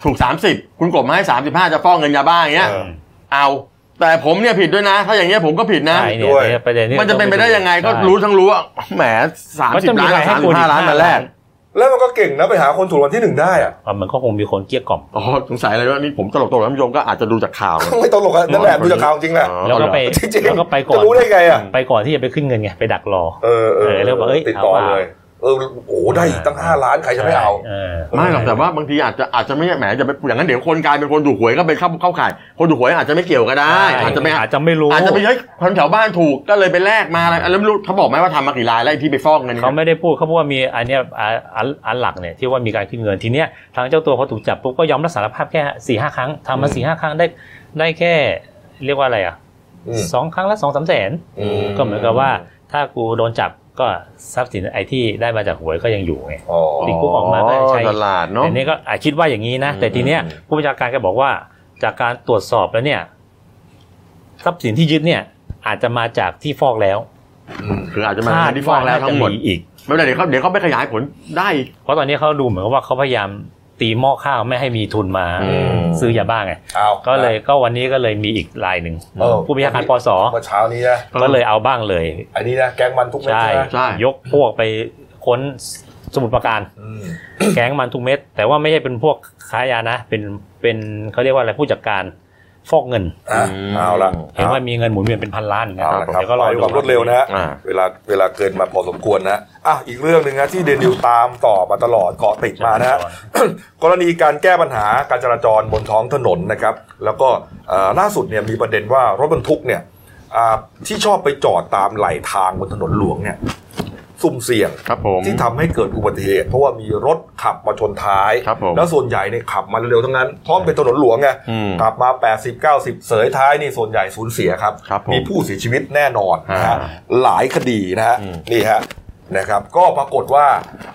ถูก 30 คุณกบมาให้ 35 จะฟอกเงินยาบ้าอย่างเงี้ย
เออ
เอา แต่ผมเนี่ยผิดด้วยนะ ถ้าอย่างเงี้ยผมก็ผิดนะ
ใช่เนี่ย
ด้วย
เนี่ยประเด็นนี้
มันจะเป็นไปได้ยังไงก็
ใช่
รู้ทั้งรู้ว่าแหม
มันจะ
30
มีอะไร
ล้าน
ให้
สาม
คุณ
สิบ
อีก
ห้าล้าน
ห้า
มาแร
ล้าก น
แล้วมันก็เก่งนะไปหาคนถูกรางวัลที่หนึ่งได้อะ
อ่ะมันก็คงมีคนเกลี้ยกล่อม
อ๋อสงสัยอะไรว่านี่ผมตลกตลกท่านผู้ชมก็อาจจะดูจาก
(laughs)
ข่าว
ไม่ตลกอะนั่นแหละดูจากข่าวจริงแหละ
อ๋อ
แล้วก็ไป
จริงๆ
แล้วก็ไปก่อน
จะรู้ได้ไงอะ
ไปก่อนที่จะไปขึ้นเงินไงไปดักรอ
เออเอ
เอ
อ
อแล้วบอกเอ้ย
ติดต่อ
เอาว่ะ
เลย เออโอ้โหได้อีกตั้งห้าล้านใครจะไม่เอา
เออ
ไม่หรอกแต่ว่าบางทีอาจจะอาจจะไม่แหมจะไปอย่างนั้นเดี๋ยวคนกลายเป็นคนถูกหวยก็ไปเข้าเข้าข่าย คนถูกหวยอาจจะไม่เกี่ยวก็ได้ อาจจะไม่
อาจจะไม่รู้
อาจจะไปเฮ้ยคนแถวบ้านถูกก็เลยไปแลกมาอะไรแล้วไม่รู้เขาบอกไหมว่าทำมากี่รายแล้วไอ้ที่ไปฟอกเงิน
เขาไม่ได้พูดเขาพูดว่ามีอันเนี้ยอันอันอันหลักเนี่ยที่ว่ามีการขึ้นเงินทีเนี้ยทางเจ้าตัวเขาถูกจับปุ๊บก็ยอมรับสารภาพแค่สี่ห้าครั้งทำมาสี่ห้าครั้งได้ได้แค่เรียกว่าอะไรอ่ะ
อืม
สองครั้งละสองสามแสน
อืม
ก็เหมือนกับว่า ถ้ากูโดนจับก็ทรัพย์สินไอที่ได้มาจากหวยก็ยังอยู่ไง
อ๋อ
ติดคุกออกมาก็ใช้
ตลาดเนาะ
แต่นี่ก็อาจคิดว่าอย่างนี้นะ
อืม
แต่ทีเนี้ย
อืม
ผู้บัญชาการก็บอกว่าจากการตรวจสอบแล้วเนี่ยทรัพย์สินที่ยึดเนี่ย อาจจะมาจากที่ฟอกแล้ว
อืม
คืออาจจะมาที่ฟ้องแล้วทั้งหมด
คาดาน่าจะอีก
ไม่เป็นไรเดี๋ยวเขาเดี๋ยวเขาไปขยายผลได้อีก
เพราะตอนนี้เขาดูเหมือนกับว่าเขาพยายาม ตีหม้อข้าวไม่ให้มีทุนมา
อืม
ซื้อยาบ้าไง
เอา
ก็เลยก็วันนี้ก็เลยมีอีกลายหนึ่ง
เออ
ผู้บัญชาการปส
เมื่อเช้านี้นะ
ก็เลยเอาบ้างเลย
อันนี้นะแกงมันทุกเม็ด
ใช่
ใช่ไหม
ใช่
ยกพวกไปค้นสมุด
(coughs)
ประการ
อืม
แก๊งมันทุกเม็ด แต่ว่าไม่ใช่เป็นพวกค้ายานะ เป็นเป็นเขาเรียกว่าอะไรผู้จัดการฟอกเงิน
อ่ะ
อืม
เอาละ
เห็นว่ามีเงินหมุนเวียนเป็นพันล้านนะ
เอา
ครับ
ละครับ
เดี๋ยวก็รอ
ไป
ดู
ความรวดเร็วนะฮะ
อ่า
เวลาเวลาเกินมาพอสมควรนะอ่ะอีกเรื่องหนึ่งนะที่เดนิวตามต่อมาตลอดเกาะติดมานะฮะ (coughs) กรณีการแก้ปัญหาการจราจรบนท้องถนนนะครับ แล้วก็เอ่อล่าสุดเนี่ยมีประเด็นว่ารถบรรทุกเนี่ยอ่าที่ชอบไปจอดตามไหลทางบนถนนหลวงเนี่ยสุ่มเสี่ยง
ครับผม
ที่ทำให้เกิดอุบัติเหตุ เพราะว่ามีรถขับมาชนท้าย
ครับผม
แล้วส่วนใหญ่เนี่ยขับมาเร็วๆทั้งนั้นเพราะมันเป็นถนนหลวงไง
อืม
ขับมา 80 90 เสยท้ายนี่ส่วนใหญ่สูญเสียครับ
ครับผม
มีผู้เสียชีวิตแน่นอนนะฮะ
อ่า
หลายคดีนะฮะ
อืม
นี่ฮะนะครับ ก็ปรากฏว่า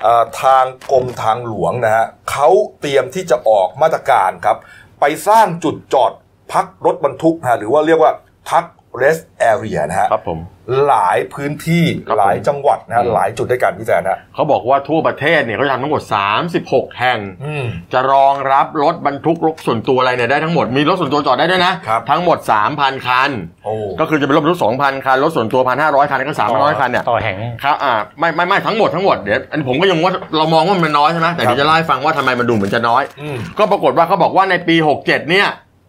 เอ่อทางกรมทางหลวงนะฮะเขาเตรียมที่จะออกมาตรการครับ ไปสร้างจุดจอดพักรถบรรทุกนะฮะหรือว่าเรียกว่าพัก rest area นะฮะ
ครับผม
หลายพื้นที่
ครับผม
หลายจังหวัดนะฮะ
อืม
หลายจุดด้วยกันพี่แจนนะ
เขาบอกว่าทั่วประเทศเนี่ยเขาจะทำทั้งหมด 36 แห่ง
อืม
จะรองรับรถบรรทุกรถส่วนตัวอะไรเนี่ยได้ทั้งหมดมีรถส่วนตัวจอดได้ด้วยนะ
ครับ
ทั้งหมด 3,000 คัน
โอ้
ก็คือจะเป็นรถบรรทุก2,000 คัน รถส่วนตัว 1,500 คันก็3,500 คันเนี่ย
ต่อแห่ง
ครับอ่าไม่ไม่ไม่ทั้งหมดทั้งหมดเดี๋ยวอันผมก็ยังว่าเรามองว่ามันน้อยใช่ไหมแต่เดี๋ยว
ครับ
จะเล่าให้ฟังว่าทำไมมันดูเหมือนจะน้อย
อืม
ก็ปรากฏว่าเขาบอกว่าในปี 67 เนี่ย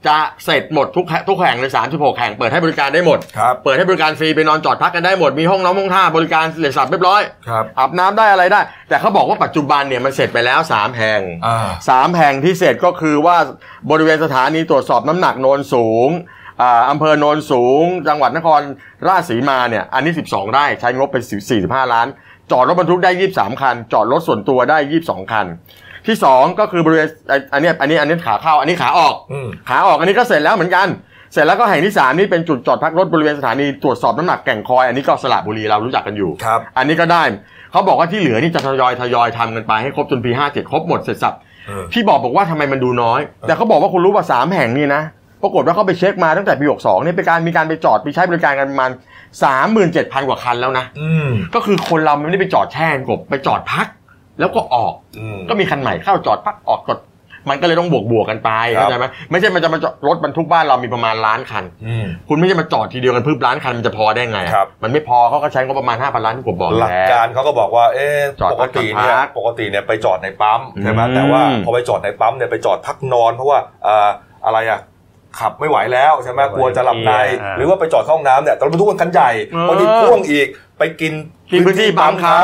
จะเสร็จหมดทุกแห่งทุกแห่งเลย36 แห่งเปิดให้บริการได้หมด
ครับ
เปิดให้บริการฟรีไปนอนจอดพักกันได้หมดมีห้องน้องห้องท่าบริการเสร็จสับเรียบร้อย
ครับ
อาบน้ำได้อะไรได้ แต่เขาบอกว่าปัจจุบันเนี่ยมันเสร็จไปแล้ว 3 แห่ง
อ่า
สามแห่งที่เสร็จก็คือว่าบริเวณสถานีตรวจสอบน้ำหนักโนนสูงอ่าอำเภอโนนสูง จังหวัดนครราชสีมาเนี่ยอันนี้ 12 ไร่ใช้งบเป็น45 ล้าน จอดรถบรรทุกได้ 23 คัน จอดรถส่วนตัวได้ 22 คัน ที่ 2 ก็คือบริเวณไอ้อันเนี้ยอันนี้อันนี้ขาเข้าอันนี้ขาออก
อืม
ขาออกอันนี้ก็เสร็จแล้วเหมือนกัน เสร็จแล้วก็แห่งที่ 3 นี่เป็นจุดจอดพักรถบริเวณสถานีตรวจสอบน้ำหนักแก่งคอยอันนี้ก็สระบุรีเรารู้จักกันอยู่
ครับ
อันนี้ก็ได้เขาบอกว่าที่เหลือนี่จะทยอยทยอยทำกันไปให้ครบจนปี57ครบหมดเสร็จสับ
เออ
ที่บอกบอกว่าทำไมมันดูน้อย แต่เขาบอกว่าคุณรู้ว่าสามแห่งนี่นะปรากฏว่าเขาไปเช็คมาตั้งแต่ปี62เนี่ยเป็นการมีการไปจอดไปใช้บริการกันประมาณ37,000 กว่าคันแล้วนะ
อืม
ก็คือคนเรามันไม่ได้ไปจอดแช่งกบไปจอดพัก แล้วก็ออก
อืม
ก็มีคันใหม่เข้าจอดพักออกจอดมันก็เลยต้องบวกบวกๆกันไป
ครับ
เข้าใจไหมไม่ใช่มันจะมาจอดรถบรรทุกบ้านเรามีประมาณล้านคัน
อืม
คุณไม่ใช่มาจอดทีเดียวกันพึ่ล้านคันมันจะพอได้ไงอะ
ครับ
มันไม่พอเขาก็ใช้งบประมาณ5,000ล้านกว่าบอก
หลัก
แล้ว
การเขาก็บอกว่า เอ๊ะ
จอด
ปกติเนี่ย
พัก
ปกติเนี่ยไปจอดในปั๊มใช่ไหม
อืม
แต่ว่าพอไปจอดในปั๊มเนี่ยไปจอดพักนอน เพราะว่าอ่าอะไรอ่ะ ขับไม่ไหวแล้วใช่ไหม
ไม่ไหว
กลัวจะหลับใน
อ่า
หรือว่าไปจอดเข้าห้องน้ำเนี่ยแต่รถบรรทุกมันคันใหญ่
เออ
พอดีพ่วงอีก ไปกิน
กินพื้นที่ปั๊มเขา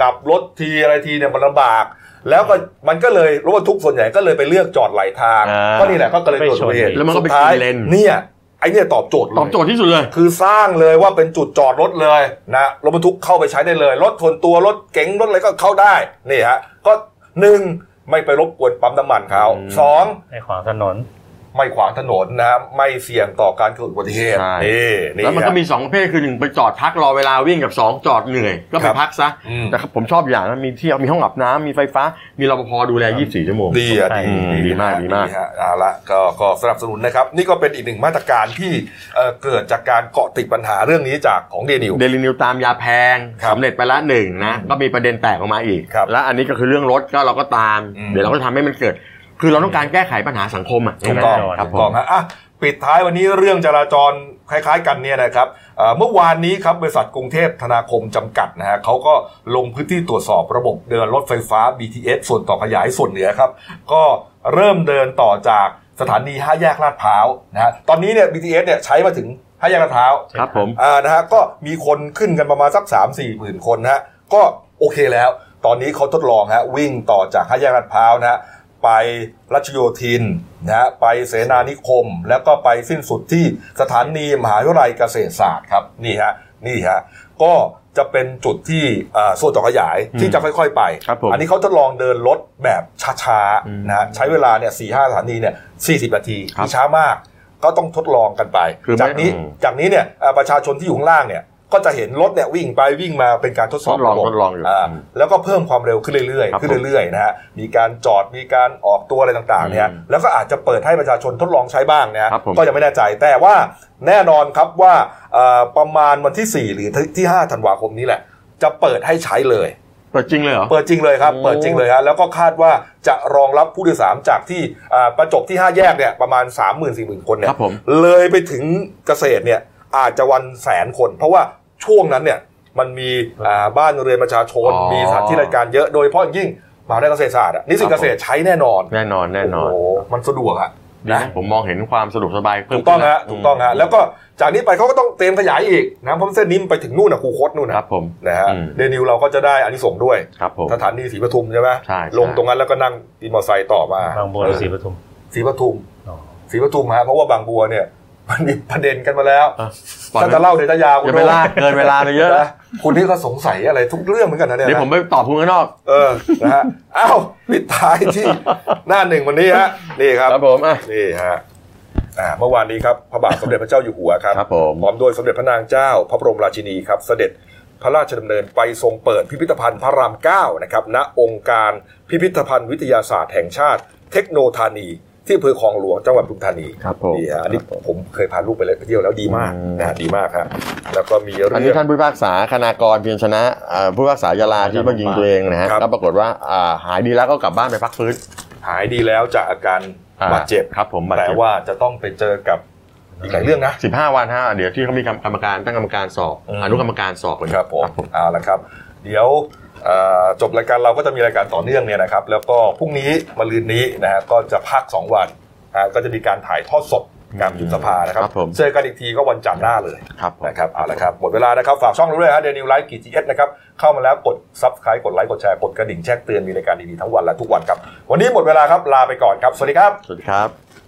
กลับรถทีอะไรทีเนี่ยมันลำบาก แล้วก็มันก็เลยรถบรรทุกส่วนใหญ่ก็เลยไปเลือกจอดไหลทาง
อ่า
ก็นี่แหละก็เลย
ไม่
เกิดอุบัติเหตุ
ชนแล้วมันก็ไป
สุดท้าย
กินเลน
เนี่ยไอ้เนี่ยตอบโจทย์เลย
ตอบโจทย์ที่สุดเลย
คือสร้างเลยว่าเป็นจุดจอดรถเลยนะรถบรรทุกเข้าไปใช้ได้เลย รถส่วนตัวรถเก๋งรถอะไรก็เข้าได้นี่ฮะก็หนึ่งไม่ไปรบกวนปั๊มน้ำมันเขา
อืม
สอง
ในขวางถนน
ไม่ขวางถนนนะฮะไม่เสี่ยงต่อการเกิดอุบัติเหตุ
ใช่
นี่นี่
แล้วมันก็มี
ฮะ
สองประเภทคือหนึ่งไปจอดพักรอเวลาวิ่งกับสองจอดเหนื่อย ก็ไป
ครับ
พักซะ
อืม
แต่ผมชอบอย่างนะมีที่มีห้องอาบน้ำมีไฟฟ้า มีรปภดูแล 24 ชั่วโมง
ดีอ่ะ
อื
ดี
ม
ดีมากดีมาก
ฮะเอาละก็ก็สนับสนุนนะครับ นี่ก็เป็นอีกหนึ่งมาตรการที่เอ่อเกิดจากการเกาะติดปัญหาเรื่องนี้จากของเดนิว
เดลินิวตามยาแพง
ครับ
สำเร็จไปละหนึ่งนะ ก็มีประเด็นแตกออกมาอีก
ครับ
และอันนี้ก็คือเรื่องรถก็เราก็ตาม
อืม
เดี๋ยวเราก็ทำให้มันเกิด คือเราต้องการแก้ไขปัญหาสังคมอ่ะ
ถูกต้อง
แน่นอน
ค
ค
รั
รั
บบ ถู
ผ
กต้อง
ม
ฮะอ่ะปิดท้ายวันนี้เรื่องจราจรคล้าย ๆ กันเนี่ยนะครับเอ่อเมื่อวานนี้ครับบริษัทกรุงเทพธนาคมจำกัดนะฮะเขาก็ลงพื้นที่ตรวจสอบระบบเดินรถไฟฟ้า BTS ส่วนต่อขยายส่วนเหนือครับ ก็เริ่มเดินต่อจากสถานีห้าแยกลาดพร้าวนะฮะตอนนี้เนี่ย BTS เนี่ยใช้มาถึงห้าแยกลาดพร้าว
ครับผม
อ่านะฮะก็มีคนขึ้นกันประมาณสัก 3 4 หมื่นคนนะฮะก็โอเคแล้ว ตอนนี้เขาทดลองฮะวิ่งต่อจากห้าแยกลาดพร้าวนะฮะไปรัชโยธินนะฮะไปเสนานิคม แล้วก็ไปสิ้นสุดที่สถานีมหาวิทยาลัยเกษตรศาสตร์ครับนี่ฮะนี่ฮะก็จะเป็นจุดที่อ่าส่วนต่อขยายที่จะค่อยๆไป
ครับผม
อันนี้เขาทดลองเดินรถแบบช้าๆนะฮะใช้เวลาเนี่ยสี่ห้าสถานีเนี่ยสี่สิบนาที
ครับ
ช้ามาก ก็ต้องทดลองกันไป
คือไม่
จากนี้
อืม
จากนี้เนี่ยเอ่อประชาชนที่อยู่ข้างล่างเนี่ยก็จะเห็นรถเนี่ยวิ่งไปวิ่งมาเป็นการทดสอบ
ทดลอง
ระบบ
ทดลองอยู่
า
อืม
แล้วก็เพิ่มความเร็วขึ้นเรื่อย
ค
ๆ
รับ
ขึ้นเรื่อยๆนะฮะมีการจอดมีการออกตัวอะไรต่างๆเนี่ย
อืม
แล้วก็อาจจะเปิดให้ประชาชนทดลองใช้บ้างนะฮะ
ครับผม
ก็ยังไม่แน่ใจแต่ว่าแน่นอนครับว่าเอ่อประมาณวันที่ 4 หรือที่5ธันวาคมนี้แหละ จะเปิดให้ใช้เลย
เปิดจริงเลยเหรอ
เปิดจริงเลยครับ
โอ้
เปิดจริงเลยฮะแล้วก็คาดว่าจะรองรับผู้โดยสารจากที่อ่าประจบที่ 5 แยกเนี่ยประมาณ 3 0 0 0 0 4 0 0 0 คนเนี่
ค
ย
รับผม
เลยไปถึงเกษตรเนี่ยอาจจะวันแสนคน เพราะว่าช่วงนั้นเนี่ยมันมีอ่าบ้านเรือนประชาชน
อ๋อ
มีสถานที่รายการเยอะโดยเฉพาะอย่างยิ่งมหาวิทยาลัยเกษตรศาสตร์อะนิสิต
ครั
เก
บผม
ษตรใช้แน่นอน
แน่นอนแน่นอน
โอ้โหมันสะดวกอะนะ
ผมมองเห็นความสะดวกสบายเพิ่ม
ถูกต้อง
ขึ้นน
ฮะถูกต้องฮะแล้วก็จากนี้ไปเขาก็ต้องเตรียมขยายอีกนะเพราะเส้นนี้มันไปถึงนู่นนะคูคตนู่น
ค
นะ
รับผม
นะฮะ
อืม
เดนิวเราก็จะได้อานิสงส์ด้วย
ครับผม
สถานีศรีปทุมใช่ไหม
ใช่ใช่
ลงตรงนั้นแล้วก็นั่งตีมอเตอร์ไซค์ต่อมา
บางบัว
เออ
ศรีปทุม
ศรีปทุม
อ๋อ
ศรีปทุมฮะเพราะว่าบางบัวเนี่ยมันมีประเด็นกันมาแล้ว
เออปล่อย
ถ้า
ไว้
จะเล่าเดี๋ยวจะยาว
อย่าไปลากเกินเวลาไปเยอะ
นะคุณนี่ก็สงสัยอะไรทุกเรื่องเหมือนกันนะเนี่ย
เดี๋ยวผมไปตอบคุณข้างนอก
เออนะฮะอ้าวปิดท้ายที่หน้าหนึ่งวันนี้ฮะนี่ครับ
ครับผมอ่ะ
นี่ฮะอ่าเมื่อวานนี้ครับพระบาทสมเด็จพระเจ้าอยู่หัวครับ
ครับผม
พร้อมด้วยสมเด็จพระนางเจ้า พระบรมราชินีครับ เสด็จพระราชดำเนินไปทรงเปิดพิพิธภัณฑ์พระรามเก้านะครับ ณองค์การพิพิธภัณฑ์วิทยาศาสตร์แห่งชาติ เทคโนธานี ที่อำเภอคลองหลวงจังหวัดปทุมธานี
ครับผม
นี่ฮะอันนี้ผมเคยพาลูกไปเลยเที่ยวแล้วดีมากนะฮะดีมากครับแล้วก็มีเรื่
อันนี้
อง
ท่านผู้พิพากษาคณากรเพียรชนะเอ่อผู้พิพากษายาลาที่มายิงตัวเองนะฮะ
ครับ
ก็ปรากฏว่าอ่าหายดีแล้วก็กลับบ้านไปพักฟื้น
หายดีแล้วจากอาการ
อ่
บาดเจ็บ
ครับผมบาด
แต่
เจ็บ
ว่าจะต้องไปเจอกับอีกหลายเรื่องนะ
สิบห้าวันฮะเดี๋ยวที่เขามีกรรมการตั้งกรรมการสอบ
อืม
อนุกรรมการสอบเหมือน
ค
กัน
รับผมเอาละครับ เดี๋ยวเอ่อจบรายการเราก็จะมีรายการต่อเนื่องเนี่ยนะครับ แล้วก็พรุ่งนี้มะรืนนี้นะฮะก็จะพัก 2 วันนะฮะก็จะมีการถ่ายทอดสดการประชุมสภานะครับ
ครับผม
เจอกันอีกทีก็วันจันทร์หน้าเลย
ครับผม
นะครับเอาละครับหมดเวลานะครับฝากช่องเราด้วยฮะเดนิวไลฟ์กีจีเอสนะครับเข้ามาแล้วกดซับสไครต์กดไลค์กดแชร์กดกระดิ่งแจ้งเตือนมีรายการดีๆทั้งวันและทุกวันครับวันนี้หมดเวลาครับลาไปก่อนครับสวัสดีครับ
สวัสดีครับ